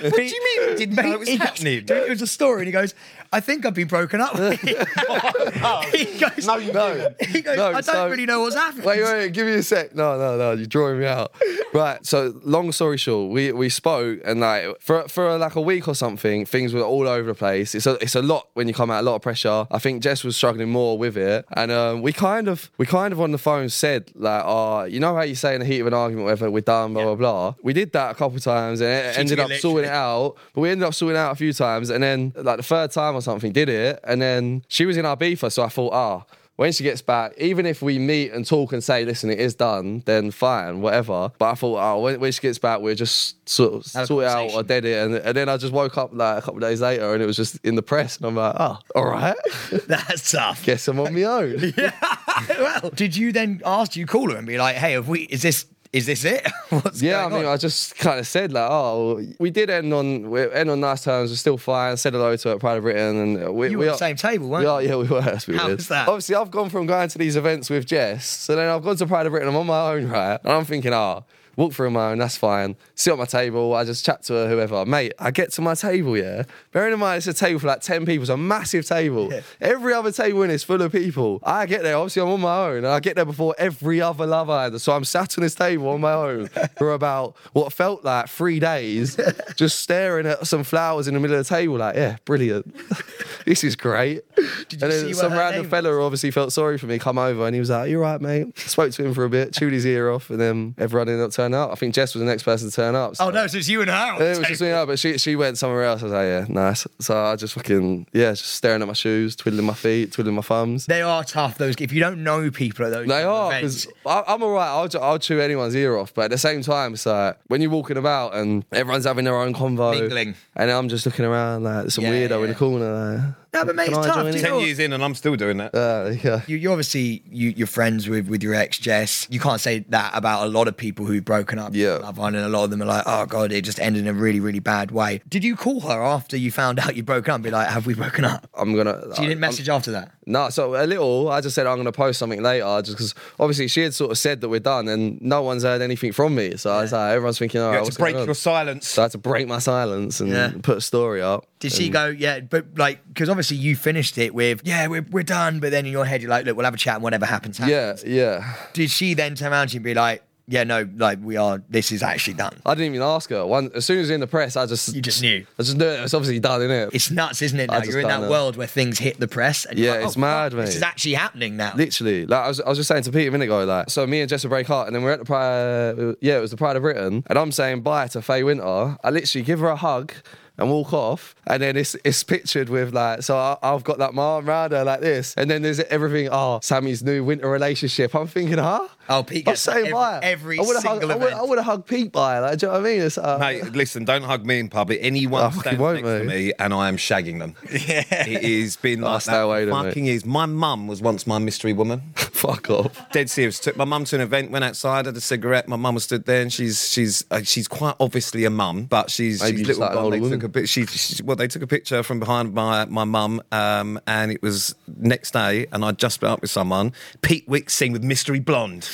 Speaker 2: what do
Speaker 3: you mean you didn't know it was happening?
Speaker 2: It was a story, and he goes, "I think I've been broken up." with." he goes, "No, you
Speaker 1: No.
Speaker 2: He goes,
Speaker 1: No,
Speaker 2: "I don't
Speaker 1: so-
Speaker 2: really know what's happening."
Speaker 1: Wait, wait, give me a sec. No, no, no, you're drawing me out. Right. So, long story short, we we spoke and like for for like a week or something, things were all over the place. It's a it's a lot when you come out, a lot of pressure. I think Jess was struggling more with it, and um, we kind of we kind of on the phone said like, oh, you know how you say in the heat of an argument, whether we're done, blah blah blah. We did that a couple of times and it ended
Speaker 2: me
Speaker 1: up sorting
Speaker 2: literally.
Speaker 1: it out, but we ended up sorting it out a few times, and then like the third time or something, did it, and then she was in Ibiza, so I thought, ah when she gets back, even if we meet and talk and say, listen, it is done, then fine, whatever. But I thought, oh, when, when she gets back, we'll just sort of
Speaker 2: Have a
Speaker 1: sort it out or
Speaker 2: conversation.
Speaker 1: dead it. And, and then I just woke up like a couple of days later and it was just in the press. And I'm like, oh, all right,
Speaker 2: That's tough.
Speaker 1: guess I'm on my own.
Speaker 2: well, did you then ask? Do you call her and be like, "Hey, have we? Is this? Is this it? what's
Speaker 1: Yeah, I
Speaker 2: going
Speaker 1: mean,
Speaker 2: on?"
Speaker 1: I just kind of said like, oh, we did end on we end on nice terms. We're still fine. Said hello to her at Pride of Britain, and uh, we,
Speaker 2: You
Speaker 1: we
Speaker 2: were at
Speaker 1: are-
Speaker 2: the same table, weren't
Speaker 1: we
Speaker 2: you?
Speaker 1: are- yeah, we were. That's what we
Speaker 2: How
Speaker 1: did.
Speaker 2: was that?
Speaker 1: Obviously, I've gone from going to these events with Jess, so then I've gone to Pride of Britain. I'm on my own, right? And I'm thinking, ah. walk through my own, that's fine. Sit at my table, I just chat to whoever. Mate, I get to my table, yeah. Bearing in mind it's a table for like 10 people, it's a massive table. Every other table in it's full of people. I get there, obviously I'm on my own, and I get there before every other Love Island. So I'm sat on this table on my own for about what felt like three days, just staring at some flowers in the middle of the table, like, yeah, brilliant. this is great.
Speaker 2: you
Speaker 1: and then
Speaker 2: see what
Speaker 1: some
Speaker 2: her
Speaker 1: random
Speaker 2: name
Speaker 1: fella obviously felt sorry for me, come over and he was like, You're right, mate. Spoke to him for a bit, chewed his ear off, and then everyone ended up turning up. I think Jess was the next person to turn up. so-
Speaker 2: Oh no, so it's you and her. on
Speaker 1: And
Speaker 2: the
Speaker 1: It was just
Speaker 2: table.
Speaker 1: me, no, but she, she went somewhere else. I was like, yeah, nice. So I just fucking, yeah, just staring at my shoes, twiddling my feet, twiddling my thumbs.
Speaker 2: They are tough. Those if you don't know people at those
Speaker 1: They
Speaker 2: kind of
Speaker 1: are
Speaker 2: events.
Speaker 1: because I'm all right. I'll, ju- I'll chew anyone's ear off, but at the same time, it's like when you're walking about and everyone's having their own convo,
Speaker 2: Mingling.
Speaker 1: and I'm just looking around like there's some
Speaker 2: Yeah,
Speaker 1: weirdo
Speaker 2: yeah.
Speaker 1: in the corner. Like,
Speaker 2: No, but mate,
Speaker 1: "Can
Speaker 2: it's
Speaker 1: I
Speaker 2: tough,
Speaker 1: join
Speaker 2: do
Speaker 1: in?"
Speaker 2: you know
Speaker 3: Ten years in, and I'm still doing that.
Speaker 1: Uh, yeah.
Speaker 2: You, you obviously you, you're friends with, with your ex Jess. You can't say that about a lot of people who've broken up.
Speaker 1: Yeah.
Speaker 2: Love Island. A lot of them are like, oh god, it just ended in a really really bad way. Did you call her after you found out you broke up? and Be like, have we broken up?
Speaker 1: I'm gonna.
Speaker 2: So you didn't
Speaker 1: I'm-
Speaker 2: message after that.
Speaker 1: No, so a little. I just said I'm going to post something later, just because obviously she had sort of said that we're done, and no one's heard anything from me. So I was like, everyone's thinking, oh,
Speaker 3: You had to break your silence.
Speaker 1: So I had to break my silence and
Speaker 2: Yeah.
Speaker 1: put a story up.
Speaker 2: Did she go? Yeah, but like, because obviously you finished it with, yeah, we're, we're done. But then in your head, you're like, look, we'll have a chat and whatever happens. happens.
Speaker 1: Yeah, yeah.
Speaker 2: Did she then turn around to you and be like, yeah, no, like we are. This is actually done.
Speaker 1: I didn't even ask her. One, as soon as it was in the press, I just
Speaker 2: You just knew.
Speaker 1: I just knew it was obviously done, innit?
Speaker 2: It's nuts, isn't it?
Speaker 1: I
Speaker 2: Now
Speaker 1: just
Speaker 2: you're in
Speaker 1: don't
Speaker 2: that
Speaker 1: know.
Speaker 2: world where things hit the press. And you're
Speaker 1: Yeah,
Speaker 2: like,
Speaker 1: it's
Speaker 2: "Oh,
Speaker 1: mad,
Speaker 2: fuck, This
Speaker 1: mate.
Speaker 2: is actually happening now.
Speaker 1: Literally, like I was, I was just saying to Pete a minute ago, like so me and Jess will break up, and then we're at the Pride, yeah, it was the Pride of Britain, and I'm saying bye to Faye Winter. I literally give her a hug and walk off, and then it's it's pictured with like, so I, I've got like my arm round her like this, and then there's everything. Oh, Sammy's new winter relationship. I'm thinking, huh?
Speaker 2: Oh, Pete
Speaker 1: I'm
Speaker 2: gets that
Speaker 1: saying
Speaker 2: every-
Speaker 1: bye.
Speaker 2: every
Speaker 1: I would've
Speaker 2: single
Speaker 1: hugged, I would-
Speaker 2: event.
Speaker 1: I would have hugged Pete by, like, do you know what I mean? It's, uh,
Speaker 3: Mate, listen, don't hug me in public. Anyone
Speaker 1: I fucking
Speaker 3: stands
Speaker 1: Oh, won't,
Speaker 3: next to
Speaker 1: mate.
Speaker 3: me and I am shagging them. Yeah. It has been like
Speaker 1: Oh, stay
Speaker 3: that
Speaker 1: away
Speaker 3: for
Speaker 1: then, mate.
Speaker 3: fucking years. My mum was once my mystery woman.
Speaker 1: fuck off.
Speaker 3: Dead serious. Took my mum to an event, went outside, had a cigarette. My mum was stood there and she's she's uh, she's quite obviously a mum, but she's,
Speaker 1: Maybe you
Speaker 3: she's
Speaker 1: just
Speaker 3: little
Speaker 1: like an
Speaker 3: gone.
Speaker 1: older
Speaker 3: They
Speaker 1: woman.
Speaker 3: took a bit, she, she, well, they took a picture from behind my my mum um, and it was next day and I'd just met up with someone. Pete Wick sing with Mystery Blonde.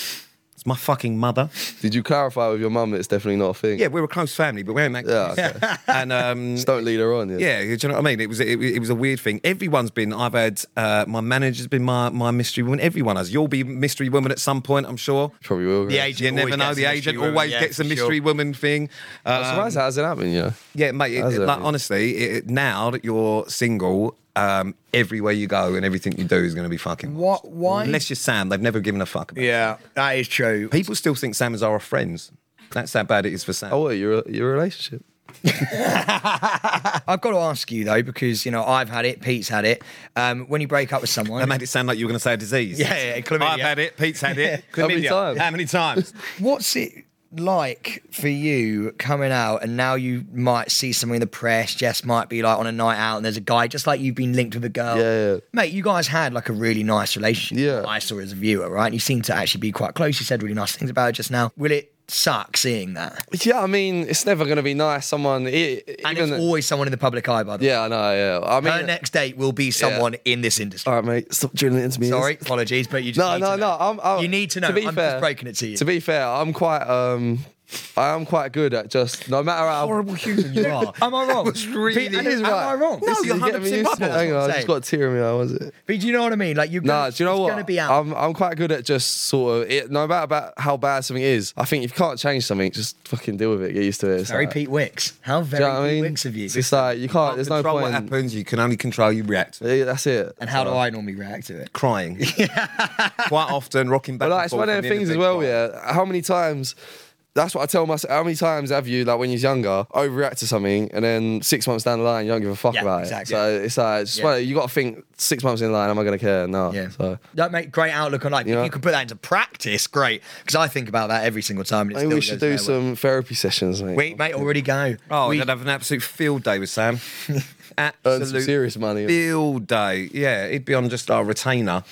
Speaker 3: It's my fucking mother.
Speaker 1: Did you clarify with your mum that it's definitely not a thing?
Speaker 3: Yeah, we're a close family, but we ain't that
Speaker 1: Yeah,
Speaker 3: close. And um,
Speaker 1: Just don't lead her on.
Speaker 3: Yeah, do you know what I mean? It was it, it was a weird thing. Everyone's been. I've had uh, my manager's been my my mystery woman. Everyone has. You'll be mystery woman at some point, I'm sure.
Speaker 1: Probably will.
Speaker 2: The
Speaker 1: right?
Speaker 2: agent
Speaker 3: You never know.
Speaker 2: always gets
Speaker 3: The
Speaker 2: a mystery
Speaker 3: agent
Speaker 2: woman,
Speaker 3: always
Speaker 2: yeah,
Speaker 3: gets a
Speaker 2: for
Speaker 3: mystery
Speaker 2: sure.
Speaker 3: woman thing.
Speaker 1: I'm
Speaker 3: Um,
Speaker 1: surprised that hasn't happened, yeah.
Speaker 3: yeah, mate. It,
Speaker 1: Has
Speaker 3: it-
Speaker 1: it?
Speaker 3: like, honestly, it, it- now that you're single, um, everywhere you go and everything you do is going to be fucking.
Speaker 2: What? Why?
Speaker 3: Unless you're Sam, they've never given a fuck. About it.
Speaker 2: yeah, that is true.
Speaker 3: People still think Sam and Zara are friends. That's how bad it is for Sam.
Speaker 1: Oh, what, your, your relationship?
Speaker 2: I've got to ask you though, because you know I've had it, Pete's had it. Um, when you break up with someone,
Speaker 3: That made it sound like you were going to say a disease.
Speaker 2: Yeah, yeah, chlamydia.
Speaker 3: I've had it. Pete's had it.
Speaker 1: How many
Speaker 3: Chlamydia.
Speaker 1: times?
Speaker 3: How many times?
Speaker 2: What's it like for you coming out and now you might see something in the press? Jess might be like on a night out and there's a guy just like you've been linked with a girl.
Speaker 1: Yeah, yeah.
Speaker 2: Mate, you guys had like a really nice relationship.
Speaker 1: Yeah.
Speaker 2: I saw as a viewer, right? And you seem to actually be quite close. You said really nice things about it just now. Will it suck seeing that?
Speaker 1: Yeah, I mean, it's never going to be nice. Someone, e-
Speaker 2: And
Speaker 1: even.
Speaker 2: it's always someone in the public eye, by the way.
Speaker 1: yeah, I know, yeah. I
Speaker 2: Her
Speaker 1: mean,
Speaker 2: next date will be someone in this industry.
Speaker 1: all right, mate, stop drilling it into me.
Speaker 2: Sorry, apologies, but you just
Speaker 1: No,
Speaker 2: need
Speaker 1: no,
Speaker 2: to know.
Speaker 1: no. I'm, I'm,
Speaker 2: you need to know.
Speaker 1: be
Speaker 2: I'm
Speaker 1: fair,
Speaker 2: just breaking it to you.
Speaker 1: To be fair, I'm quite. um I am quite good at just no matter how
Speaker 2: horrible human you are. Am I wrong?
Speaker 3: was really-
Speaker 2: Pete,
Speaker 1: It is
Speaker 2: am
Speaker 1: right.
Speaker 2: I wrong?
Speaker 3: No,
Speaker 1: This is
Speaker 3: you're
Speaker 1: getting me
Speaker 3: 100%
Speaker 1: used to it.
Speaker 2: right.
Speaker 1: Hang on, I just got a tear in my eye. Was it?
Speaker 2: But do you know what I mean? Like you're
Speaker 1: Nah,
Speaker 2: gonna,
Speaker 1: do you know
Speaker 2: it's
Speaker 1: what?
Speaker 2: gonna be out.
Speaker 1: I'm I'm quite good at just sort of it, no matter about how bad something is. I think if you can't change something, just fucking deal with it. Get used to it. It's
Speaker 2: very
Speaker 1: like-
Speaker 2: Pete Wicks. How
Speaker 1: Do
Speaker 2: very
Speaker 1: you know what I
Speaker 2: Pete
Speaker 1: mean?
Speaker 2: Wicks of you.
Speaker 1: It's like you can't. There's no
Speaker 3: control what
Speaker 1: point. in-
Speaker 3: happens. You can only control your react.
Speaker 1: Yeah, that's it.
Speaker 2: and how do I normally react to it?
Speaker 3: Crying. Quite often, rocking back.
Speaker 1: But like,
Speaker 3: and
Speaker 1: it's one
Speaker 3: forth
Speaker 1: of
Speaker 3: and
Speaker 1: the
Speaker 3: the
Speaker 1: things as
Speaker 3: energy
Speaker 1: well.
Speaker 3: quite-
Speaker 1: Yeah, how many times? That's what I tell myself. How many times have you, like, when you're younger, overreact to something, and then six months down the line, you don't give a fuck
Speaker 2: Yeah,
Speaker 1: about
Speaker 2: exactly.
Speaker 1: it? So it's like, it's just
Speaker 2: Yeah.
Speaker 1: one of- you got to think six months in line. Am I going to care? No.
Speaker 2: Yeah.
Speaker 1: So
Speaker 2: That make great outlook on life.
Speaker 1: know-
Speaker 2: if you can put that into practice, great. Because I think about that every single time. And it
Speaker 1: maybe
Speaker 2: still
Speaker 1: we should do
Speaker 2: goes nowhere.
Speaker 1: some therapy sessions, mate.
Speaker 2: Wait, mate, already go.
Speaker 3: Oh,
Speaker 2: we,
Speaker 3: we, would have an absolute field day with Sam.
Speaker 1: Earn
Speaker 3: Absolute
Speaker 1: some serious money.
Speaker 3: field day. Yeah, he'd be on just our retainer.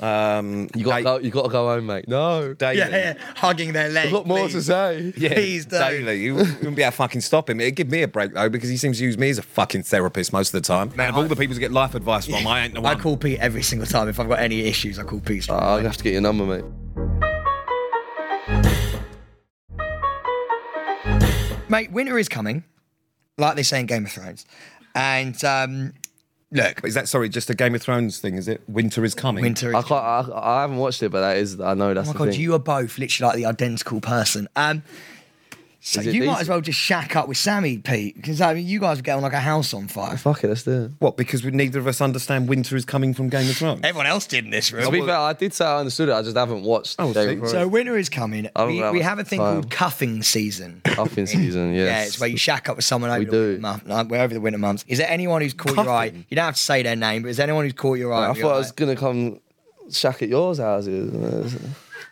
Speaker 3: Um,
Speaker 1: You got,
Speaker 3: da-
Speaker 1: to go, you got to go home, mate. No.
Speaker 3: daily.
Speaker 2: yeah, yeah, hugging their leg.
Speaker 1: I've got more to
Speaker 2: please.
Speaker 1: say.
Speaker 3: Yeah,
Speaker 2: Please don't.
Speaker 3: daily. You wouldn't be able to fucking stop him. It'd give me a break though, because he seems to use me as a fucking therapist most of the time. Man, of all the people to get life advice from, I ain't the
Speaker 2: I
Speaker 3: one.
Speaker 2: call Pete every single time if I've got any issues. I
Speaker 1: Oh,
Speaker 2: call Pete. straight
Speaker 1: I'll have to get your number, mate.
Speaker 2: Mate, winter is coming, like they say in Game of Thrones. And um, look,
Speaker 3: Is that sorry? Just a Game of Thrones thing? Is it? Winter is coming.
Speaker 2: winter is
Speaker 1: I, can't, I, I haven't watched it, but that is I know that's
Speaker 2: Oh my
Speaker 1: the
Speaker 2: god,
Speaker 1: thing.
Speaker 2: you are both literally like the identical person. Um, so
Speaker 1: Is
Speaker 2: you
Speaker 1: it
Speaker 2: might as
Speaker 1: decent?
Speaker 2: well just shack up with Sammy, Pete, because I mean, you guys would get on like a house on fire.
Speaker 1: Fuck it, let's do it.
Speaker 3: What? Because we, neither of us understand winter is coming from Game of Thrones.
Speaker 2: Everyone else did in this
Speaker 1: To
Speaker 2: room.
Speaker 1: be fair, I did say I understood it. I just haven't watched.
Speaker 3: Oh,
Speaker 1: Game
Speaker 3: see?
Speaker 1: of Thrones.
Speaker 2: So winter is coming.
Speaker 1: don't
Speaker 2: We,
Speaker 1: know how
Speaker 2: we
Speaker 1: much
Speaker 2: have a thing
Speaker 1: time.
Speaker 2: called cuffing season.
Speaker 1: Cuffing season, yes.
Speaker 2: Yeah, it's where you shack up with someone over
Speaker 1: We
Speaker 2: the
Speaker 1: do.
Speaker 2: winter month, like, we're over the winter months. Is there anyone who's caught your eye? You don't have to say their name, but is there anyone who's caught your eye?
Speaker 1: I
Speaker 2: and
Speaker 1: thought
Speaker 2: you're
Speaker 1: I was
Speaker 2: like,
Speaker 1: gonna come shack at yours houses.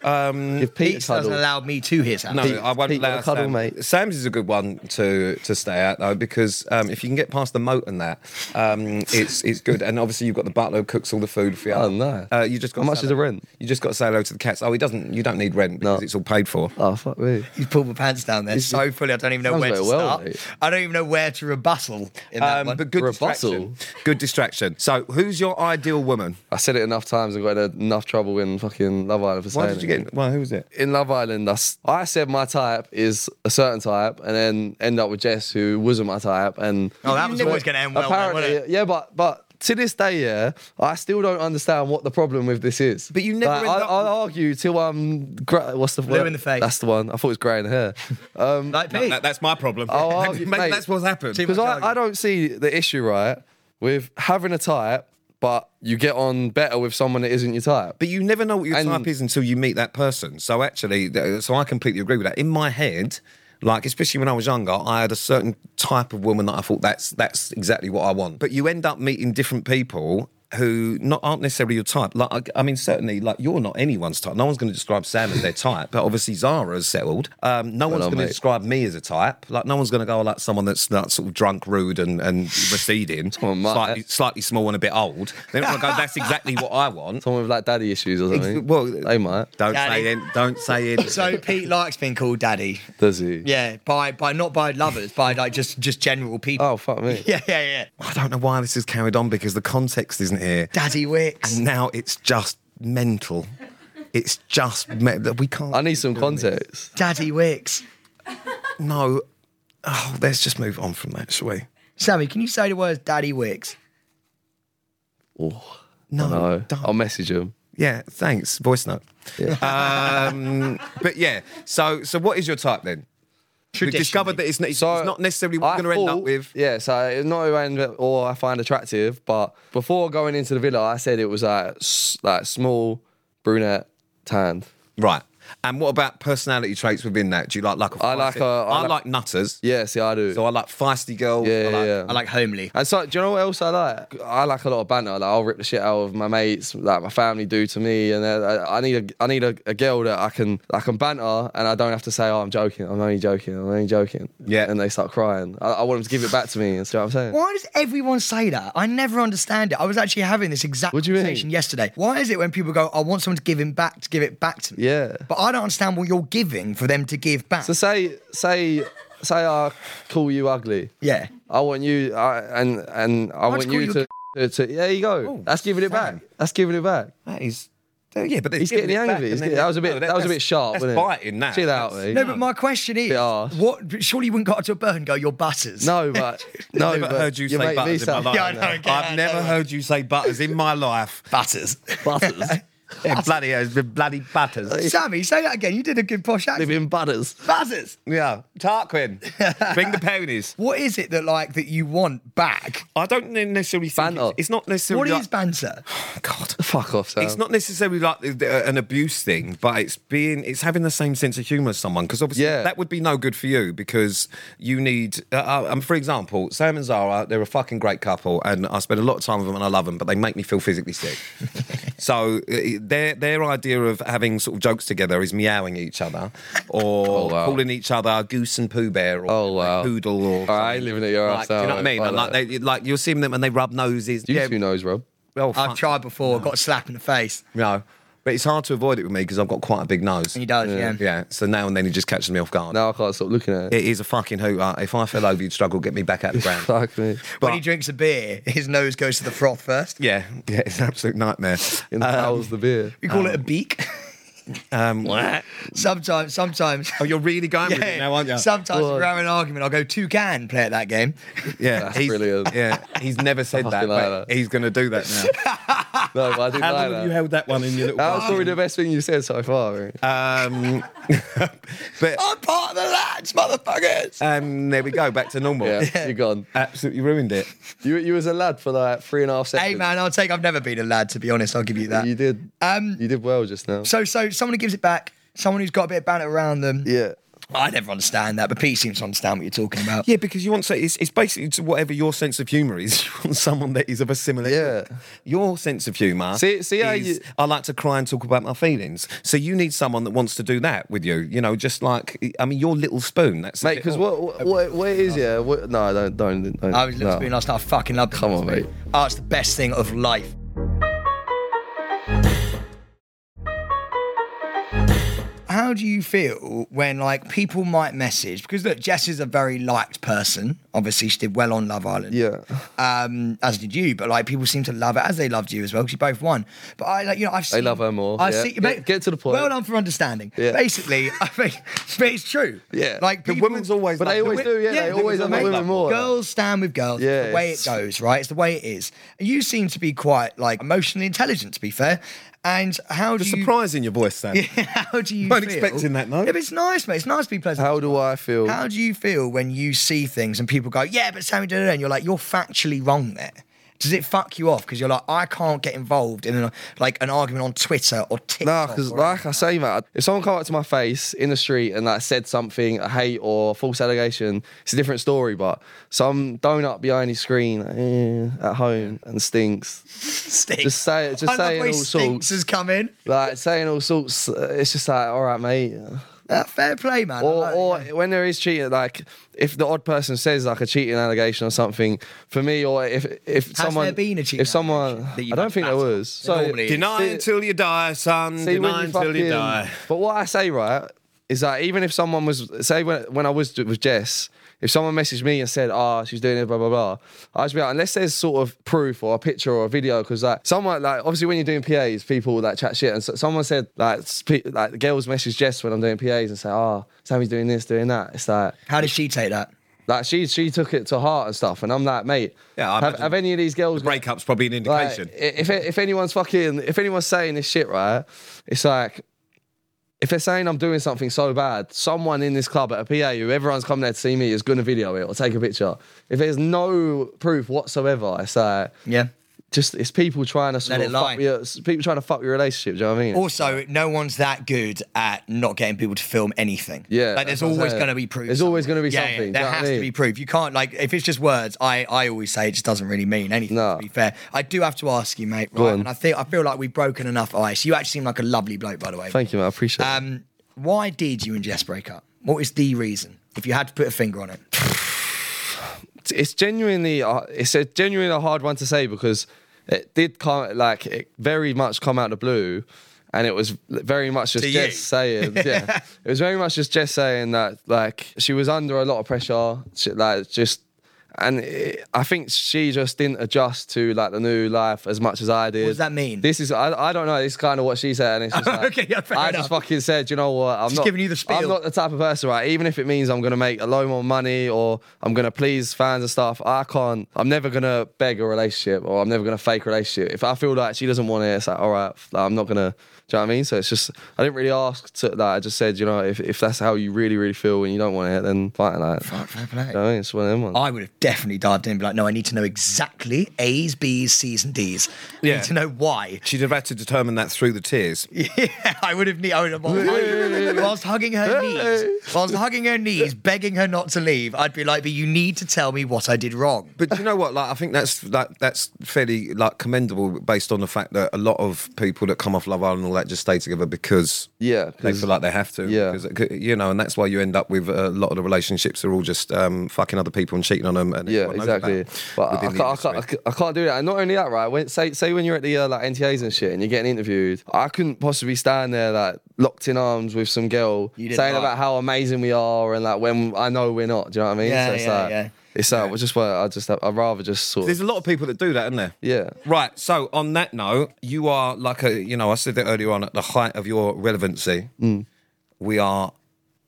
Speaker 3: Um,
Speaker 1: Give Pete a
Speaker 2: Pete doesn't
Speaker 1: cuddle.
Speaker 2: allow me to his house.
Speaker 3: no,
Speaker 1: Pete-
Speaker 3: I won't
Speaker 1: Pete,
Speaker 3: allow
Speaker 1: you're a cuddle
Speaker 3: Sam-
Speaker 1: mate.
Speaker 3: Sam's is a good one to to stay at though, because um, if you can get past the moat and that, um, it's it's good. And obviously you've got the butler who cooks all the food for you.
Speaker 1: Oh, no.
Speaker 3: Uh, you just got
Speaker 1: How much
Speaker 3: say
Speaker 1: is the
Speaker 3: hello-
Speaker 1: rent?
Speaker 3: You just got to say hello to the cats. Oh, he doesn't. You don't need rent because it's all paid for.
Speaker 1: Oh fuck me.
Speaker 2: He's pulled my pants down there so fully. I don't even know
Speaker 1: Sounds
Speaker 2: where to
Speaker 1: very well,
Speaker 2: start.
Speaker 1: mate.
Speaker 2: I don't even know where to rebuttal in that
Speaker 3: Um,
Speaker 2: one.
Speaker 3: but good
Speaker 1: Rebuttal.
Speaker 3: distraction. Good distraction. So, who's your ideal woman?
Speaker 1: I said it enough times and got in enough trouble in fucking Love Island for saying
Speaker 3: Why did you
Speaker 1: it.
Speaker 3: get? Well, who was it?
Speaker 1: in Love Island, I, s- I said my type is a certain type, and then end up with Jess, who wasn't my type. And
Speaker 2: Oh, that was always gonna end well then,
Speaker 1: Apparently,
Speaker 2: wasn't
Speaker 1: yeah, but but to this day, yeah, I still don't understand what the problem with this is.
Speaker 3: But you never
Speaker 1: Like,
Speaker 3: end
Speaker 1: I,
Speaker 3: up-
Speaker 1: I'll argue till I'm gra- what's the
Speaker 2: Blue
Speaker 1: word?
Speaker 2: in the face.
Speaker 1: That's the one. I thought it was grey in the hair. Um,
Speaker 2: like Pete.
Speaker 3: That- that's my problem.
Speaker 1: Oh, I'll argue-
Speaker 3: Maybe
Speaker 1: mate.
Speaker 3: that's what's happened.
Speaker 1: Because I, I don't see the issue, right, with having a type, but you get on better with someone that isn't your type.
Speaker 3: But you never know what your
Speaker 1: And-
Speaker 3: type is until you meet that person. So actually, th- so I completely agree with that. In my head, like especially when I was younger, I had a certain type of woman that I thought that's that's exactly what I want. But you end up meeting different people who not aren't necessarily your type. Like I- I mean, certainly, like you're not anyone's type. No one's going to describe Sam as their type. But obviously, Zara's settled. Um, no one's
Speaker 1: on,
Speaker 3: going to
Speaker 1: mate.
Speaker 3: describe me as a type. Like no one's going to go like someone that's like, sort of drunk, rude, and and receding,
Speaker 1: on, mate.
Speaker 3: slightly, slightly small and a bit old. They're not going to go. That's exactly what I want.
Speaker 1: Someone with like daddy issues or
Speaker 3: Ex-
Speaker 1: something.
Speaker 3: well,
Speaker 1: they might.
Speaker 3: Don't
Speaker 2: Daddy.
Speaker 3: say it. Don't say it.
Speaker 2: so Pete likes being called daddy.
Speaker 1: Does he?
Speaker 2: Yeah, by by not by lovers, by like just just general people.
Speaker 1: Oh fuck me.
Speaker 2: Yeah, yeah, yeah.
Speaker 3: I don't know why this is carried on because the context isn't here.
Speaker 2: Daddy Wicks.
Speaker 3: And now it's just mental. It's just me- that we can't.
Speaker 1: I need some context.
Speaker 2: Daddy Wicks.
Speaker 3: No. Oh, let's just move on from that, shall we?
Speaker 2: Sammy, can you say the words Daddy Wicks?
Speaker 3: No.
Speaker 1: No,
Speaker 3: Oh, don't.
Speaker 1: I'll message him.
Speaker 3: yeah. Thanks. Voice note. Um, but yeah. So so what is your type then? We've discovered that it's, not it's
Speaker 1: So
Speaker 3: not necessarily what
Speaker 1: I
Speaker 3: we're going to end up
Speaker 1: thought-
Speaker 3: with.
Speaker 1: Yeah, so it's not who I end up or I find attractive, but before going into the villa, I said it was like s- like small, brunette, tanned.
Speaker 3: Right. And what about personality traits within that? Do you like like a
Speaker 1: I like
Speaker 3: feisty-
Speaker 1: a- I
Speaker 3: I like
Speaker 1: like-
Speaker 3: nutters.
Speaker 1: Yeah, see, I do.
Speaker 3: So I like feisty girls.
Speaker 1: yeah,
Speaker 3: I
Speaker 1: yeah,
Speaker 3: like,
Speaker 1: yeah.
Speaker 2: I like homely.
Speaker 1: And so, do you know what else I like? I like a lot of banter. Like I'll rip the shit out of my mates, like my family do to me. And then I I need a, I need a, a girl that I can, I can banter, and I don't have to say, "Oh, I'm joking. I'm only joking. I'm only joking."
Speaker 3: Yeah.
Speaker 1: And they start crying. I, I want them to give it back to me. And see what I'm saying?
Speaker 2: Why does everyone say that? I never understand it. I was actually having this exact
Speaker 1: What do you mean?
Speaker 2: conversation yesterday. Why is it when people go, "I want someone to give him back to give it back to me"?
Speaker 1: Yeah.
Speaker 2: but I don't understand what you're giving for them to give back.
Speaker 1: So say, say, say I call you ugly.
Speaker 2: yeah,
Speaker 1: I want you, I, and and
Speaker 2: just
Speaker 1: I want
Speaker 2: call
Speaker 1: you
Speaker 2: you
Speaker 1: to, to, to. There you go.
Speaker 3: Oh,
Speaker 1: That's giving it
Speaker 3: fine.
Speaker 1: back. That's giving it back.
Speaker 3: That is. Yeah, but
Speaker 1: He's getting the hang of it. He's getting- That was a bit. that was a bit sharp.
Speaker 3: That's
Speaker 1: wasn't it?
Speaker 3: biting. That.
Speaker 1: Chill out,
Speaker 3: That's-
Speaker 1: mate.
Speaker 2: No, but my question is,
Speaker 1: Bit arse.
Speaker 2: what? but Surely you wouldn't go up to a bird and go, "You're butters."
Speaker 1: No, but no,
Speaker 3: I've never
Speaker 1: but
Speaker 3: heard you,
Speaker 1: make
Speaker 3: say
Speaker 1: me
Speaker 3: butters in my
Speaker 1: sound-
Speaker 3: life.
Speaker 2: Yeah, I know, okay, I
Speaker 3: I've never
Speaker 2: know.
Speaker 3: heard you say butters in my life.
Speaker 2: butters.
Speaker 1: butters.
Speaker 3: Yeah, bloody, uh, the bloody butters.
Speaker 2: Sammy, say that again. You did a good posh accent.
Speaker 1: Living butters.
Speaker 2: Butters.
Speaker 3: Yeah, Tarquin, bring the ponies.
Speaker 2: What is it that like that you want back?
Speaker 3: I don't necessarily think
Speaker 1: Banter.
Speaker 3: it's, it's not
Speaker 2: What
Speaker 3: necessarily.
Speaker 2: is
Speaker 3: like,
Speaker 2: banter?
Speaker 3: God?
Speaker 1: Fuck off, Sam.
Speaker 3: It's not necessarily like the- the- an abuse thing, but it's being it's having the same sense of humor as someone because obviously
Speaker 1: Yeah.
Speaker 3: that would be no good for you because you need. Uh, uh, um, for example, Sam and Zara, they're a fucking great couple, and I spend a lot of time with them and I love them, but they make me feel physically sick. so uh, their their idea of having sort of jokes together is meowing at each other or
Speaker 1: Oh, wow.
Speaker 3: calling each other goose and poo bear or
Speaker 1: Oh, wow.
Speaker 3: poodle or.
Speaker 1: All right, living at your
Speaker 3: Like,
Speaker 1: ass.
Speaker 3: do you
Speaker 1: out,
Speaker 3: know what I mean?
Speaker 1: like
Speaker 3: And like,
Speaker 1: that.
Speaker 3: they, like you're seeing them and they rub noses.
Speaker 1: you
Speaker 3: Yeah,
Speaker 1: two knows, Rob.
Speaker 3: well,
Speaker 2: I've
Speaker 3: Oh, fuck.
Speaker 2: tried before, got a slap in the face.
Speaker 3: No, but it's hard to avoid it with me because I've got quite a big nose.
Speaker 2: And he does, yeah.
Speaker 3: Yeah, so now and then he just catches me off guard.
Speaker 1: Now I can't stop looking at it.
Speaker 3: It is a fucking hooter. If I fell over, you'd struggle to get me back out of the ground.
Speaker 1: Fuck me.
Speaker 2: When he drinks a beer, his nose goes to the froth first.
Speaker 3: yeah, yeah, it's an absolute nightmare.
Speaker 1: And howls the beer.
Speaker 2: We call it a beak.
Speaker 3: Oh. Um,
Speaker 2: Sometimes, sometimes.
Speaker 3: oh, you're really going with it now, aren't you?
Speaker 2: Sometimes if we're having an argument, I'll go two can play at that game.
Speaker 3: yeah,
Speaker 1: That's
Speaker 3: he's,
Speaker 1: brilliant.
Speaker 3: Yeah, he's never said that,
Speaker 1: fucking like
Speaker 3: but
Speaker 1: that.
Speaker 3: he's going to do that now. Um,
Speaker 1: No, but I didn't
Speaker 3: How long
Speaker 1: like
Speaker 3: have
Speaker 1: that.
Speaker 3: you held that one in your little?
Speaker 1: that was probably the best thing you said so far. Right?
Speaker 3: Um, but
Speaker 2: I'm part of the lads, motherfuckers.
Speaker 3: um, there we go, back to normal.
Speaker 1: yeah, you're gone.
Speaker 3: Absolutely ruined it.
Speaker 1: You you was a lad for like three and a half seconds.
Speaker 2: Hey man, I'll take. I've never been a lad, to be honest. I'll give you that.
Speaker 1: you did.
Speaker 2: Um,
Speaker 1: you did well just now.
Speaker 2: So, so someone who gives it back, someone who's got a bit of banter around them.
Speaker 1: yeah.
Speaker 2: I never understand that, but Pete seems to understand what you're talking about.
Speaker 3: Yeah, because you want so it's, it's basically to whatever your sense of humour is. You want someone that is of a similar.
Speaker 1: Yeah.
Speaker 3: Your sense of humour.
Speaker 1: See- see how
Speaker 3: is,
Speaker 1: you-
Speaker 3: I like to cry and talk about my feelings. So you need someone that wants to do that with you. You know, just like I mean, your little spoon. That's a
Speaker 1: Mate,
Speaker 3: bit-
Speaker 1: because what, what what what it is yeah? What, no, don't don't. don't
Speaker 2: I was looking
Speaker 1: no.
Speaker 2: at me last night. I fucking love.
Speaker 1: Come on, mate.
Speaker 2: Oh, it's the best thing of life. How do you feel when like people might message? Because look, Jess is a very liked person. Obviously, she did well on Love Island.
Speaker 1: Yeah.
Speaker 2: um, as did you. But like, people seem to love it as they loved you as well because you both won. But I, like, you know, I've seen,
Speaker 1: love her more,
Speaker 2: I
Speaker 1: yeah.
Speaker 2: see.
Speaker 1: Get- get to the point.
Speaker 2: Well done for understanding.
Speaker 1: Yeah.
Speaker 2: Basically, I think, but it's true.
Speaker 1: Yeah.
Speaker 2: Like
Speaker 3: The
Speaker 2: people,
Speaker 3: women's always
Speaker 1: But they
Speaker 3: loved
Speaker 1: always
Speaker 3: it.
Speaker 1: do, yeah. they
Speaker 2: the
Speaker 1: always
Speaker 2: women-
Speaker 1: have women
Speaker 2: mate,
Speaker 1: more.
Speaker 2: Girls stand with girls.
Speaker 1: Yeah,
Speaker 2: it's the way it
Speaker 1: it's-
Speaker 2: goes, right? It's the way it is. You seem to be quite like emotionally intelligent, to be fair. And how do
Speaker 3: The
Speaker 2: you?
Speaker 3: surprise in your voice, Sam.
Speaker 2: How do you?
Speaker 3: Weren't
Speaker 2: feel?
Speaker 3: expecting that, no.
Speaker 2: Yeah, but it's nice, mate. It's nice to be pleasant.
Speaker 1: How do I feel?
Speaker 2: How do you feel when you see things and people go, yeah, but Sammy did it, and you're like, you're factually wrong there? Does it fuck you off? Because you're like, I can't get involved in an, like an argument on Twitter or
Speaker 1: Nah,
Speaker 2: TikTok.
Speaker 1: because
Speaker 2: or
Speaker 1: like I say, mate, if someone come up to my face in the street and like said something, a hate or false allegation, it's a different story. But some donut behind his screen eh, at home and stinks,
Speaker 2: stinks.
Speaker 1: just say it- just
Speaker 2: I love
Speaker 1: say it
Speaker 2: when
Speaker 1: all
Speaker 2: stinks
Speaker 1: sorts.
Speaker 2: has come in.
Speaker 1: like saying all sorts. uh, It's just like, all right, mate.
Speaker 2: Uh, fair play, man. I
Speaker 1: Or,
Speaker 2: like
Speaker 1: or
Speaker 2: it.
Speaker 1: when there is cheating, like if the odd person says like a cheating allegation or something, for me, or if if
Speaker 2: Has
Speaker 1: someone
Speaker 2: there been a cheating
Speaker 1: if someone,
Speaker 2: allegation that you've had
Speaker 1: I don't
Speaker 2: to
Speaker 1: think there
Speaker 2: battle?
Speaker 1: was. So
Speaker 2: Normally it's-
Speaker 3: Deny
Speaker 1: See-
Speaker 3: until you die, son.
Speaker 1: See, when
Speaker 3: Deny
Speaker 1: you
Speaker 3: until you
Speaker 1: fucking-
Speaker 3: die.
Speaker 1: But what I say, right, is that even if someone was, say, when, when I was with Jess, if someone messaged me and said, "Ah, she's doing it," blah blah blah, I'd just be like, unless there's sort of proof or a picture or a video, because like someone like obviously when you're doing PAs, people like chat shit, and so, someone said like sp- like the girls message Jess when I'm doing PAs and say, "Ah, Sammy's doing this, doing that." It's like
Speaker 2: How did she take that?
Speaker 1: like she she took it to heart and stuff, and I'm like, mate,
Speaker 3: Yeah, I
Speaker 1: have,
Speaker 3: imagine
Speaker 1: have any of these girls got-
Speaker 3: Breakup's probably an
Speaker 1: like,
Speaker 3: indication.
Speaker 1: i- if if anyone's fucking if anyone's saying this shit right, it's like if they're saying I'm doing something so bad, someone in this club at a PA who everyone's come there to see me is gonna video it or take a picture. If there's no proof whatsoever, it's like
Speaker 2: Yeah.
Speaker 1: just it's people trying to sort
Speaker 2: Let it
Speaker 1: of
Speaker 2: lie.
Speaker 1: fuck your, s- people trying to fuck your relationship. Do you know what I mean?
Speaker 2: Also, no one's that good at not getting people to film anything.
Speaker 1: Yeah,
Speaker 2: like there's
Speaker 1: that's what I'm
Speaker 2: always
Speaker 1: saying.
Speaker 2: going to be proof.
Speaker 1: There's always
Speaker 2: somewhere.
Speaker 1: gonna be
Speaker 2: Yeah,
Speaker 1: something,
Speaker 2: Yeah,
Speaker 1: do
Speaker 2: there
Speaker 1: you know
Speaker 2: has
Speaker 1: what I
Speaker 2: to
Speaker 1: mean?
Speaker 2: be proof. You can't like if it's just words. I I always say it just doesn't really mean anything.
Speaker 1: No.
Speaker 2: To be fair, I do have to ask you, mate.
Speaker 1: Go
Speaker 2: right?
Speaker 1: on.
Speaker 2: And I think I feel like we've broken enough ice. You actually seem like a lovely bloke, by the way.
Speaker 1: Thank you, man. I appreciate it.
Speaker 2: Um, why did you and Jess break up? What is the reason? If you had to put a finger on it,
Speaker 1: it's- it's genuinely uh, it's a genuinely a hard one to say because it did come like it very much come out of the blue and it was very much just
Speaker 2: To you.
Speaker 1: Jess saying yeah it was very much just Jess saying that like she was under a lot of pressure she, like just and it, I think she just didn't adjust to like the new life as much as I did. What
Speaker 2: does that mean?
Speaker 1: This is I, I don't know. This is kind of what she said, and it's just like,
Speaker 2: Okay, yeah, fair
Speaker 1: I
Speaker 2: enough.
Speaker 1: just fucking said, you know what? I'm
Speaker 2: She's
Speaker 1: not
Speaker 2: giving you the
Speaker 1: I'm
Speaker 2: spiel.
Speaker 1: not the type of person, right? Even if it means I'm gonna make a load more money or I'm gonna please fans and stuff, I can't. I'm never gonna beg a relationship or I'm never gonna fake a relationship. If I feel like she doesn't want it, it's like, all right, f- like, I'm not gonna. Do you know what I mean? So it's just I didn't really ask to that. I just said, you know, if, if that's how you really really feel and you don't want it, then fine, like.
Speaker 2: Fuck, fair play.
Speaker 1: You know what I mean? It's one of them ones.
Speaker 2: Uh, I would have definitely dived in and be like, no, I need to know exactly A's, B's, C's, and D's. I
Speaker 3: Yeah.
Speaker 2: need to know why.
Speaker 3: She'd have had to determine that through the tears.
Speaker 2: Yeah, I would have need. I would have whilst hugging her knees, whilst hugging her knees, begging her not to leave. I'd be like, "But you need to tell me what I did wrong."
Speaker 3: But you know what? Like, I think that's that, that's fairly like commendable based on the fact that a lot of people that come off Love Island and all that just stay together because
Speaker 1: Yeah,
Speaker 3: they
Speaker 1: 'cause-
Speaker 3: feel like they have to.
Speaker 1: yeah.
Speaker 3: because, you know, and that's why you end up with a lot of the relationships are all just um, fucking other people and cheating on them and
Speaker 1: Yeah,
Speaker 3: everyone knows
Speaker 1: exactly.
Speaker 3: about
Speaker 1: But I,
Speaker 3: within the
Speaker 1: can't, I,
Speaker 3: industry.
Speaker 1: can't, I can't- I can't do that. And not only that, right? When say say when you're at the uh, like NTAs and shit, and you're getting interviewed, I couldn't possibly stand there like locked in arms with some girl
Speaker 2: You didn't
Speaker 1: saying
Speaker 2: like-
Speaker 1: about how amazing we are, and like when I know we're not. Do you know what I mean?
Speaker 2: Yeah,
Speaker 1: it's
Speaker 2: yeah,
Speaker 1: like,
Speaker 2: yeah.
Speaker 1: It's like well, just what I just I'd rather just sort
Speaker 3: There's
Speaker 1: of
Speaker 3: a lot of people that do that, isn't there?
Speaker 1: yeah.
Speaker 3: Right. So on that note, you are like a you know I said that earlier on at the height of your relevancy.
Speaker 1: Mm.
Speaker 3: We are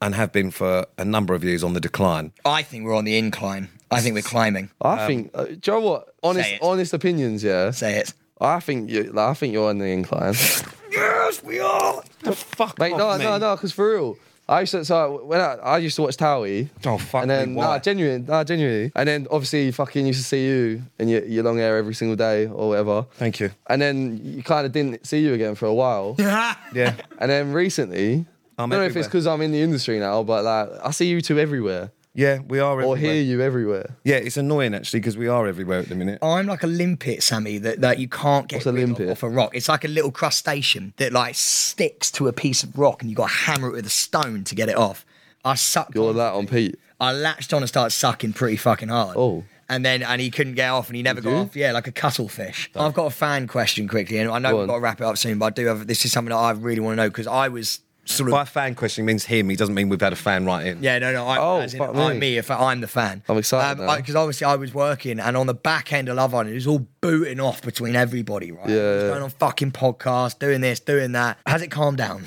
Speaker 3: and have been for a number of years on the decline.
Speaker 2: I think we're on the incline. I think we're climbing.
Speaker 1: I think uh, do you know what? Honest
Speaker 2: Um, it.
Speaker 1: honest opinions, yeah.
Speaker 2: Say it.
Speaker 1: I think you like, I think you're on the incline.
Speaker 3: Yes, we are. The fuck,
Speaker 1: Mate, no, no, no, because for real. I used to so when I, I used to watch Towie.
Speaker 3: Oh, fuck
Speaker 1: And then
Speaker 3: me, why?
Speaker 1: nah, genuine, nah, genuinely. And then obviously fucking used to see you and your, your long hair every single day or whatever.
Speaker 3: Thank you.
Speaker 1: And then you kind of didn't see you again for a while.
Speaker 3: Yeah.
Speaker 1: and then recently, I don't know if it's
Speaker 3: everywhere.
Speaker 1: because I'm in the industry now, but like I see you two everywhere
Speaker 3: Yeah, we are.
Speaker 1: or
Speaker 3: everywhere.
Speaker 1: hear you everywhere.
Speaker 3: Yeah, it's annoying actually because we are everywhere at the minute.
Speaker 2: I'm like a limpet, Sammy, that, that you can't get rid
Speaker 1: a
Speaker 2: of
Speaker 1: limpet?
Speaker 2: off a rock. It's like a little crustacean that like sticks to a piece of rock and you got to hammer it with a stone to get it off. I sucked
Speaker 1: You're
Speaker 2: on-
Speaker 1: that on Pete.
Speaker 2: I latched on and started sucking pretty fucking hard.
Speaker 1: Oh.
Speaker 2: And then and he couldn't get off and he never got
Speaker 1: you?
Speaker 2: off. Yeah, like a cuttlefish. I've got a fan question quickly, and I know
Speaker 1: Go
Speaker 2: we've
Speaker 1: on.
Speaker 2: got to wrap it up soon, but I do have this is something that I really want to know because I was sort of
Speaker 3: By fan question means him. He doesn't mean we've had a fan right in.
Speaker 2: yeah, no, no. I,
Speaker 1: Oh,
Speaker 2: as in,
Speaker 1: fuck
Speaker 2: I,
Speaker 1: me.
Speaker 2: me, if I, I'm the fan.
Speaker 1: I'm excited now.
Speaker 2: Because obviously I was working, and on the back end of Love Island, it was all booting off between everybody, right?
Speaker 1: Yeah,
Speaker 2: It was
Speaker 1: yeah.
Speaker 2: going on fucking podcasts, doing this, doing that. Has it calmed down?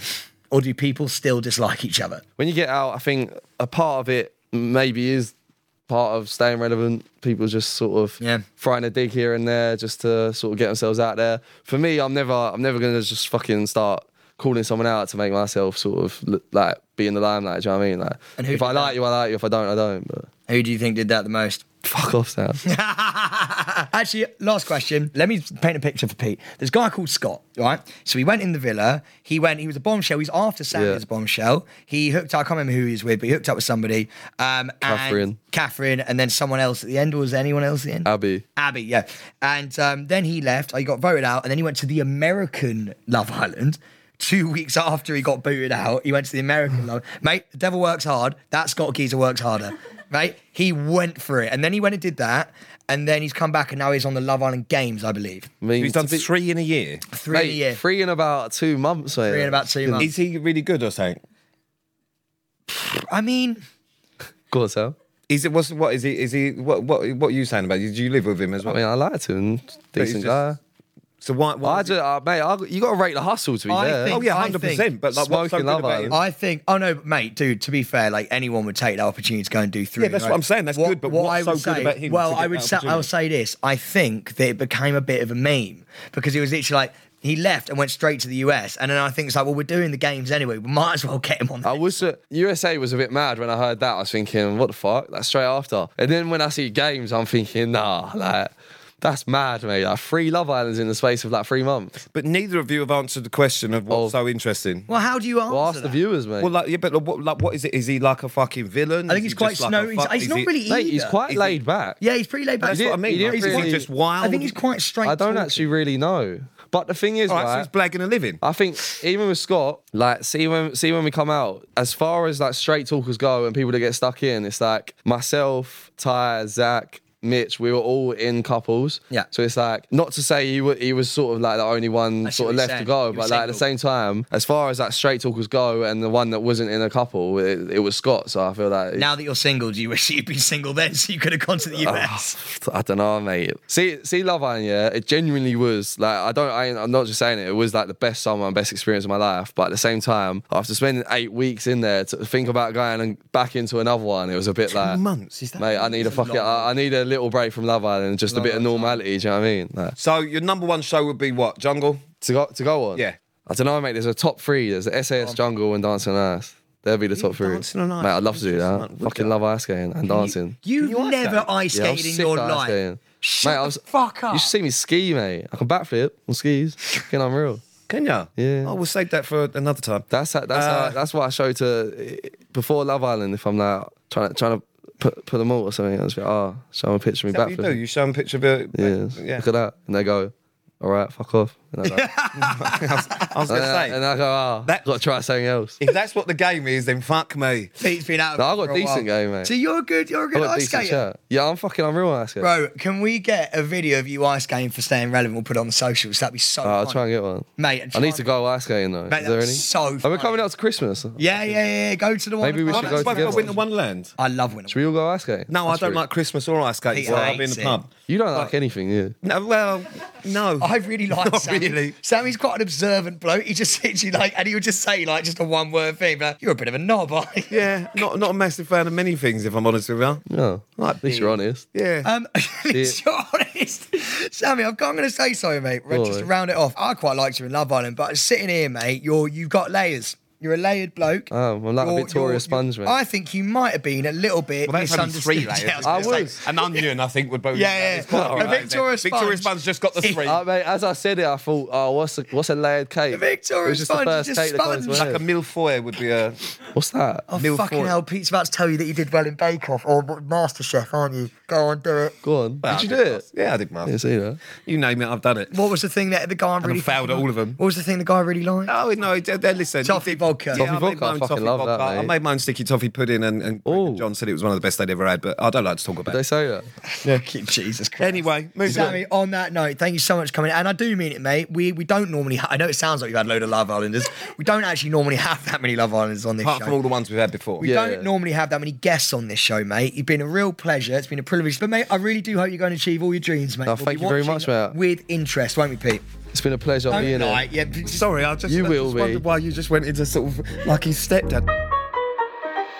Speaker 2: Or do people still dislike each other?
Speaker 1: when you get out, I think a part of it maybe is part of staying relevant. People just sort of
Speaker 2: Yeah.
Speaker 1: throwing a dig here and there just to sort of get themselves out there. For me, I'm never, I'm never gonna just fucking start calling someone out to make myself sort of look, like be in the limelight. Do you know what I mean? Like,
Speaker 2: And who
Speaker 1: if
Speaker 2: did
Speaker 1: I like
Speaker 2: that?
Speaker 1: you, I like you. If I don't, I don't. But
Speaker 2: Who do you think did that the most?
Speaker 1: fuck off, Sam.
Speaker 2: Actually, last question. Let me paint a picture for Pete. There's a guy called Scott, right? So he went in the villa. He went, he was a bombshell. He's after Sandy's
Speaker 1: Yeah.
Speaker 2: bombshell. He hooked up, I can't remember who he was with, but he hooked up with somebody. Um, and-
Speaker 1: Catherine.
Speaker 2: Catherine, and then someone else at the end. or Was there anyone else at the end?
Speaker 1: Abby.
Speaker 2: Abby, yeah. And um, then he left. He got voted out, and then he went to the American Love Island. Two weeks after he got booted out, he went to the American Love. Mate, the devil works hard. That Scott Geezer works harder. Right? He went for it, and then he went and did that, and then he's come back, and now he's on the Love Island Games, I believe.
Speaker 1: I mean,
Speaker 3: He's done
Speaker 1: to be-
Speaker 3: three in a year.
Speaker 2: Three
Speaker 1: mate,
Speaker 2: a year.
Speaker 1: three in about two months. Mate.
Speaker 2: Three in about two months.
Speaker 3: Is he really good or something?
Speaker 2: I mean,
Speaker 1: Go on, Sam.
Speaker 3: Is it what's what is he is he what what what are you saying about? you? Do you live with him as
Speaker 1: I
Speaker 3: well?
Speaker 1: mean, I like him. Decent
Speaker 3: just-
Speaker 1: guy.
Speaker 3: so why? why
Speaker 1: I
Speaker 3: is he-
Speaker 1: just, uh, mate, I, you got to rate the hustle to be
Speaker 2: I
Speaker 1: there.
Speaker 2: think-
Speaker 3: oh yeah,
Speaker 2: I
Speaker 3: hundred percent.
Speaker 2: think
Speaker 3: But like, what's so
Speaker 1: smoking
Speaker 3: good
Speaker 1: Love
Speaker 3: about
Speaker 1: Island.
Speaker 3: him?
Speaker 2: I think. Oh no, mate, dude. To be fair, like anyone would take that opportunity to go and do three.
Speaker 3: Yeah, that's what I'm saying, that's good, but what's
Speaker 2: I
Speaker 3: so good about him
Speaker 2: Well,
Speaker 3: to get
Speaker 2: I would.
Speaker 3: that
Speaker 2: Say, I'll
Speaker 3: opportunity?
Speaker 2: say this. I think that it became a bit of a meme because it was literally like he left and went straight to the US, and then I think it's like, well, we're doing the games anyway. We might as well get him
Speaker 3: Oh,
Speaker 2: on.
Speaker 1: I was uh, USA was a bit mad when I heard that. I was thinking, what the fuck? That's straight after. And then when I see games, I'm thinking, nah, like that's mad, mate. Like three Love Islands in the space of like three months.
Speaker 3: But neither of you have answered the question of what's
Speaker 1: Oh.
Speaker 3: so interesting.
Speaker 2: well, how do you answer
Speaker 1: Well, ask the
Speaker 2: that?
Speaker 1: viewers, mate.
Speaker 3: Well, like, yeah, but what, like, what is it? Is he like a fucking villain?
Speaker 2: I think
Speaker 3: Is
Speaker 2: he's
Speaker 3: he
Speaker 2: quite
Speaker 3: just like
Speaker 2: snow.
Speaker 3: a
Speaker 2: he's,
Speaker 3: fuck-
Speaker 2: he's
Speaker 3: is
Speaker 2: not
Speaker 3: he-
Speaker 2: really.
Speaker 1: mate, he's
Speaker 2: either.
Speaker 1: quite
Speaker 3: Is he-
Speaker 1: laid back.
Speaker 2: Yeah, he's pretty laid back.
Speaker 3: That's what I
Speaker 1: He
Speaker 3: mean.
Speaker 1: didn't
Speaker 3: like, is
Speaker 1: really-
Speaker 3: he just wild?
Speaker 2: I think he's quite straight.
Speaker 1: I don't
Speaker 2: talking.
Speaker 1: actually really know. But the thing is,
Speaker 3: All right,
Speaker 1: right,
Speaker 3: so he's blagging a living.
Speaker 1: I think even with Scott, like see when see when we come out, as far as like straight talkers go and people that get stuck in, it's like myself, Ty, Zach, Mitch, we were all in couples.
Speaker 2: Yeah.
Speaker 1: So it's like not to say he was he was sort of like the only one
Speaker 2: I see
Speaker 1: sort
Speaker 2: what
Speaker 1: of
Speaker 2: you're
Speaker 1: left
Speaker 2: saying.
Speaker 1: to go,
Speaker 2: He was
Speaker 1: but like at the
Speaker 2: single.
Speaker 1: same time, as far as like straight talkers go and the one that wasn't in a couple, it, it was Scott. So I feel like
Speaker 2: Now that you're single, do you wish you'd been single then, so you could have gone to
Speaker 3: Oh.
Speaker 2: the US?
Speaker 1: Ah, I don't know, mate. See, see, Love Island, yeah, it genuinely was like I don't. I, ain't- I'm not just saying it. It was like the best summer and best experience of my life. But at the same time, after spending eight weeks in there, to think about going and back into another one, it was a bit like
Speaker 3: months, is that-
Speaker 1: Mate, I need a
Speaker 2: That's a
Speaker 1: fucking.
Speaker 2: long
Speaker 1: I, I need a little break from Love Island, just a bit of normality. Do you know what I mean? Like,
Speaker 3: So your number one show would be what? Jungle.
Speaker 1: to go to go on.
Speaker 3: Yeah.
Speaker 1: I don't know, mate. There's a top three. There's the SAS Jungle and Dancing on Ice. They'd be the top three.
Speaker 3: Dancing on Ice,
Speaker 1: Mate, I'd love to do
Speaker 3: interesting,
Speaker 1: that.
Speaker 3: man. Would
Speaker 1: Fucking
Speaker 3: you?
Speaker 1: love ice skating and dancing.
Speaker 2: You've
Speaker 3: Can you ice
Speaker 2: never
Speaker 3: skate?
Speaker 2: ice
Speaker 1: Yeah, I was
Speaker 2: skated in
Speaker 1: sick
Speaker 2: your
Speaker 1: of ice
Speaker 2: life.
Speaker 1: skating.
Speaker 2: Shut
Speaker 1: Mate, I
Speaker 2: the
Speaker 1: was-
Speaker 2: fuck up.
Speaker 1: You should see me ski, mate. I can backflip on skis. Fucking unreal.
Speaker 3: Can ya?
Speaker 1: Yeah.
Speaker 3: Oh, we'll save that for another time.
Speaker 1: That's how, that's
Speaker 3: Uh,
Speaker 1: how, that's what I show to before Love Island. If I'm like trying to trying to put put them all or something, I just be like, oh, show them a picture of
Speaker 3: Is
Speaker 1: me
Speaker 3: that what you do?
Speaker 1: backflipping.
Speaker 3: You show them a picture of it.
Speaker 1: Yes.
Speaker 3: Yeah.
Speaker 1: Look at that, and they go, all right, fuck off. And I go,
Speaker 3: I was going to
Speaker 1: and, I, and
Speaker 3: say,
Speaker 1: I go, oh,
Speaker 3: That-
Speaker 1: got to try something else.
Speaker 3: if that's what the game is, then fuck me.
Speaker 2: Pete's been out. Of
Speaker 1: No,
Speaker 2: it
Speaker 1: I got
Speaker 2: for a
Speaker 1: decent
Speaker 2: while.
Speaker 1: game, mate.
Speaker 2: So you're a good. You're a
Speaker 1: I
Speaker 2: good
Speaker 1: got
Speaker 2: ice
Speaker 1: decent
Speaker 2: skater.
Speaker 1: shirt. Yeah, I'm fucking unreal on ice skater.
Speaker 2: Bro, can we get a video of you ice skating for staying relevant? We'll put it on the socials. That'd be so.
Speaker 1: Oh, I'll
Speaker 2: fun.
Speaker 1: try and get one.
Speaker 2: Mate,
Speaker 1: I need
Speaker 2: try-
Speaker 1: to go ice skating though.
Speaker 2: Mate,
Speaker 1: Is there
Speaker 2: that's
Speaker 1: any?
Speaker 2: so
Speaker 1: Are we
Speaker 2: funny.
Speaker 1: coming out to Christmas? Should
Speaker 2: Yeah, yeah, yeah. yeah. Go to the one.
Speaker 1: Maybe we
Speaker 2: Oh,
Speaker 1: should
Speaker 2: that's
Speaker 1: go
Speaker 2: fun.
Speaker 1: together.
Speaker 3: Winter Wonderland.
Speaker 2: I love winning.
Speaker 1: we all go ice skating?
Speaker 3: No,
Speaker 1: That's
Speaker 3: I don't
Speaker 1: rude.
Speaker 3: like Christmas or ice skating.
Speaker 2: He
Speaker 3: so I'll be in
Speaker 2: hates
Speaker 3: the
Speaker 2: it.
Speaker 3: pub.
Speaker 1: You don't like anything, yeah.
Speaker 3: No, well, no.
Speaker 2: I really like
Speaker 3: Not
Speaker 2: Sammy.
Speaker 3: really.
Speaker 2: Sammy's quite an observant bloke. He just sits you like, and he'll just say like just a one word thing. But you're a bit of a knob, aren't you?
Speaker 3: Yeah, not not a massive fan of many things, if I'm honest with you.
Speaker 1: No.
Speaker 3: Like
Speaker 1: At least you're honest.
Speaker 3: Yeah.
Speaker 2: Um, it's your honest, Sammy. I've got, I'm going to say sorry, mate. Right,
Speaker 1: Go
Speaker 2: just to
Speaker 1: on.
Speaker 2: round it off, I quite liked you in Love Island, but sitting here, mate, you're you've got layers. You're a layered bloke.
Speaker 1: Oh, I'm like a
Speaker 2: You're-
Speaker 1: Victoria
Speaker 2: you're-
Speaker 1: sponge,
Speaker 2: you-
Speaker 1: mate.
Speaker 2: I think you might have been a little bit
Speaker 3: Well, that's only
Speaker 2: misunderstood.
Speaker 3: three layers.
Speaker 2: Yeah, I
Speaker 3: isn't it?
Speaker 2: was gonna
Speaker 1: I
Speaker 3: It's
Speaker 2: say,
Speaker 1: would.
Speaker 3: like an onion, I think, would both.
Speaker 2: Yeah,
Speaker 3: it's
Speaker 2: yeah.
Speaker 3: quite all
Speaker 2: A
Speaker 3: right.
Speaker 2: Victoria
Speaker 3: Victoria
Speaker 2: sponge.
Speaker 3: Sponge just got the three.
Speaker 1: Uh, mate, as I said it, I thought, oh, what's a, what's a layered cake?
Speaker 2: Victoria
Speaker 1: It was just
Speaker 2: sponge,
Speaker 1: the first
Speaker 2: it's
Speaker 1: cake
Speaker 2: just
Speaker 1: that comes
Speaker 2: sponge.
Speaker 1: with
Speaker 3: Like a
Speaker 1: it.
Speaker 3: milfoy would be a.
Speaker 1: What's that?
Speaker 2: Oh,
Speaker 3: Milk
Speaker 2: fucking
Speaker 3: for-
Speaker 2: hell, Pete's about to tell you that you did well in Bake Off or MasterChef, aren't you? Go on, do it.
Speaker 1: Go on.
Speaker 3: Well, I
Speaker 1: Did you do it?
Speaker 3: must- Yeah, I did mine.
Speaker 1: Yeah, see that.
Speaker 3: You name it, I've done it.
Speaker 2: What was the thing that the guy really
Speaker 3: failed at all of them.
Speaker 2: What was the thing the guy really liked?
Speaker 3: Oh no! it- it- Listen,
Speaker 2: Toffee
Speaker 3: it-
Speaker 2: vodka.
Speaker 3: Yeah,
Speaker 1: Toffee
Speaker 3: I made
Speaker 1: vodka,
Speaker 3: my
Speaker 1: I
Speaker 3: own
Speaker 1: fucking
Speaker 3: toffee
Speaker 1: love that,
Speaker 3: vodka. I
Speaker 1: mate.
Speaker 3: made my own sticky toffee pudding, and, and
Speaker 1: Ooh.
Speaker 3: John said it was one of the best they'd ever had. But I don't like to talk about.
Speaker 1: They
Speaker 3: it.
Speaker 1: say that.
Speaker 2: Fucking Jesus Christ.
Speaker 3: Anyway, moving
Speaker 2: Sammy, on that note, thank you so much for coming. in. And I do mean it, mate. We we don't normally. Ha- I know it sounds like you've had a load of Love Islanders. We don't actually normally have that many Love Islanders on this
Speaker 3: Apart from all
Speaker 2: show.
Speaker 3: the ones we've had before.
Speaker 2: We
Speaker 1: Yeah.
Speaker 2: don't normally have that many guests on this show, mate. You've been a real pleasure. It's been a privilege. But, mate, I really do hope you go and achieve all your dreams, mate.
Speaker 1: No,
Speaker 2: be
Speaker 1: thank you very
Speaker 2: watching
Speaker 1: much, mate.
Speaker 2: With interest, won't we, Pete?
Speaker 1: It's been a pleasure
Speaker 2: Don't
Speaker 1: being
Speaker 2: lie.
Speaker 1: here.
Speaker 2: Yeah, but just-
Speaker 3: Sorry, I just,
Speaker 1: You
Speaker 3: I
Speaker 1: will
Speaker 3: just
Speaker 1: be.
Speaker 3: wondered why you just went into sort of like his stepdad.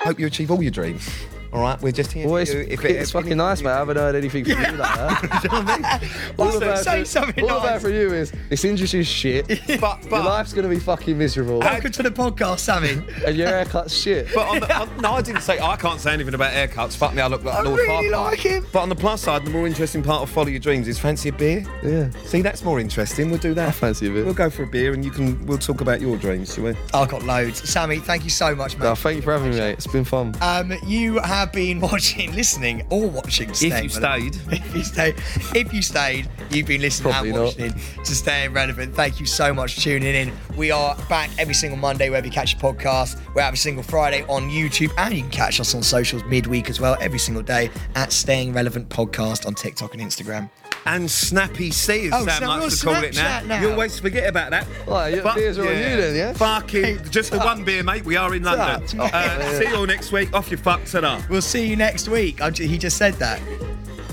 Speaker 3: Hope you achieve all your dreams. All right, we're just here.
Speaker 1: Well,
Speaker 3: for
Speaker 1: it's,
Speaker 3: you.
Speaker 1: it's,
Speaker 3: it-
Speaker 1: fucking nice, mate. I haven't heard anything from you like that.
Speaker 2: Well,
Speaker 1: I've heard
Speaker 2: say
Speaker 1: from-
Speaker 2: something
Speaker 1: all I've heard
Speaker 2: nice.
Speaker 1: from you is this industry's shit.
Speaker 3: But
Speaker 1: Your
Speaker 3: but,
Speaker 1: life's gonna be fucking miserable,
Speaker 2: Welcome to the podcast, Sammy.
Speaker 1: and your haircut's shit.
Speaker 3: but on the, on, no, I didn't say I can't say anything about haircuts. Fuck me, I look like
Speaker 2: I
Speaker 3: Lord
Speaker 2: really
Speaker 3: Farquhar.
Speaker 2: like him.
Speaker 3: But on the plus side, the more interesting part of follow your dreams is fancy a beer.
Speaker 1: Yeah.
Speaker 3: See, that's more interesting. We'll do that.
Speaker 1: I fancy a bit.
Speaker 3: We'll go for a beer and you can. We'll talk about your dreams, shall we?
Speaker 2: Oh, I've got loads. Sammy, thank you so much, mate.
Speaker 1: No, thank you for having me, mate. It's been fun.
Speaker 2: Um, you have been watching, listening, or watching. Stay
Speaker 3: you stayed.
Speaker 2: Relevant. if you stayed, if you stayed, you've been listening
Speaker 1: Probably
Speaker 2: and
Speaker 1: not.
Speaker 2: watching to stay relevant. Thank you so much for tuning in. We are back every single Monday wherever you catch your podcast. We're every single Friday on YouTube, and you can catch us on socials midweek as well, every single day at Staying Relevant Podcast on TikTok and Instagram.
Speaker 3: And snappy C, as
Speaker 2: Oh,
Speaker 3: Sam
Speaker 2: so we're
Speaker 3: likes to
Speaker 2: on
Speaker 3: call it now.
Speaker 2: Snapchat now.
Speaker 3: You always forget about that.
Speaker 1: Oh, your beers are on you then, yeah?
Speaker 3: Fucking just the one beer, mate. We are in London.
Speaker 1: Fuck.
Speaker 3: Uh, see you all next week. Off your fuck, ta
Speaker 2: We'll see you next week. I ju- he just said that.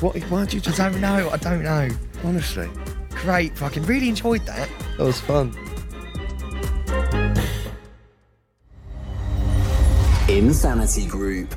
Speaker 3: What? Why'd you
Speaker 2: I
Speaker 3: just?
Speaker 2: don't know. I don't know.
Speaker 3: Honestly.
Speaker 2: Great. Fucking really enjoyed that.
Speaker 1: That was fun.
Speaker 4: Insanity Group.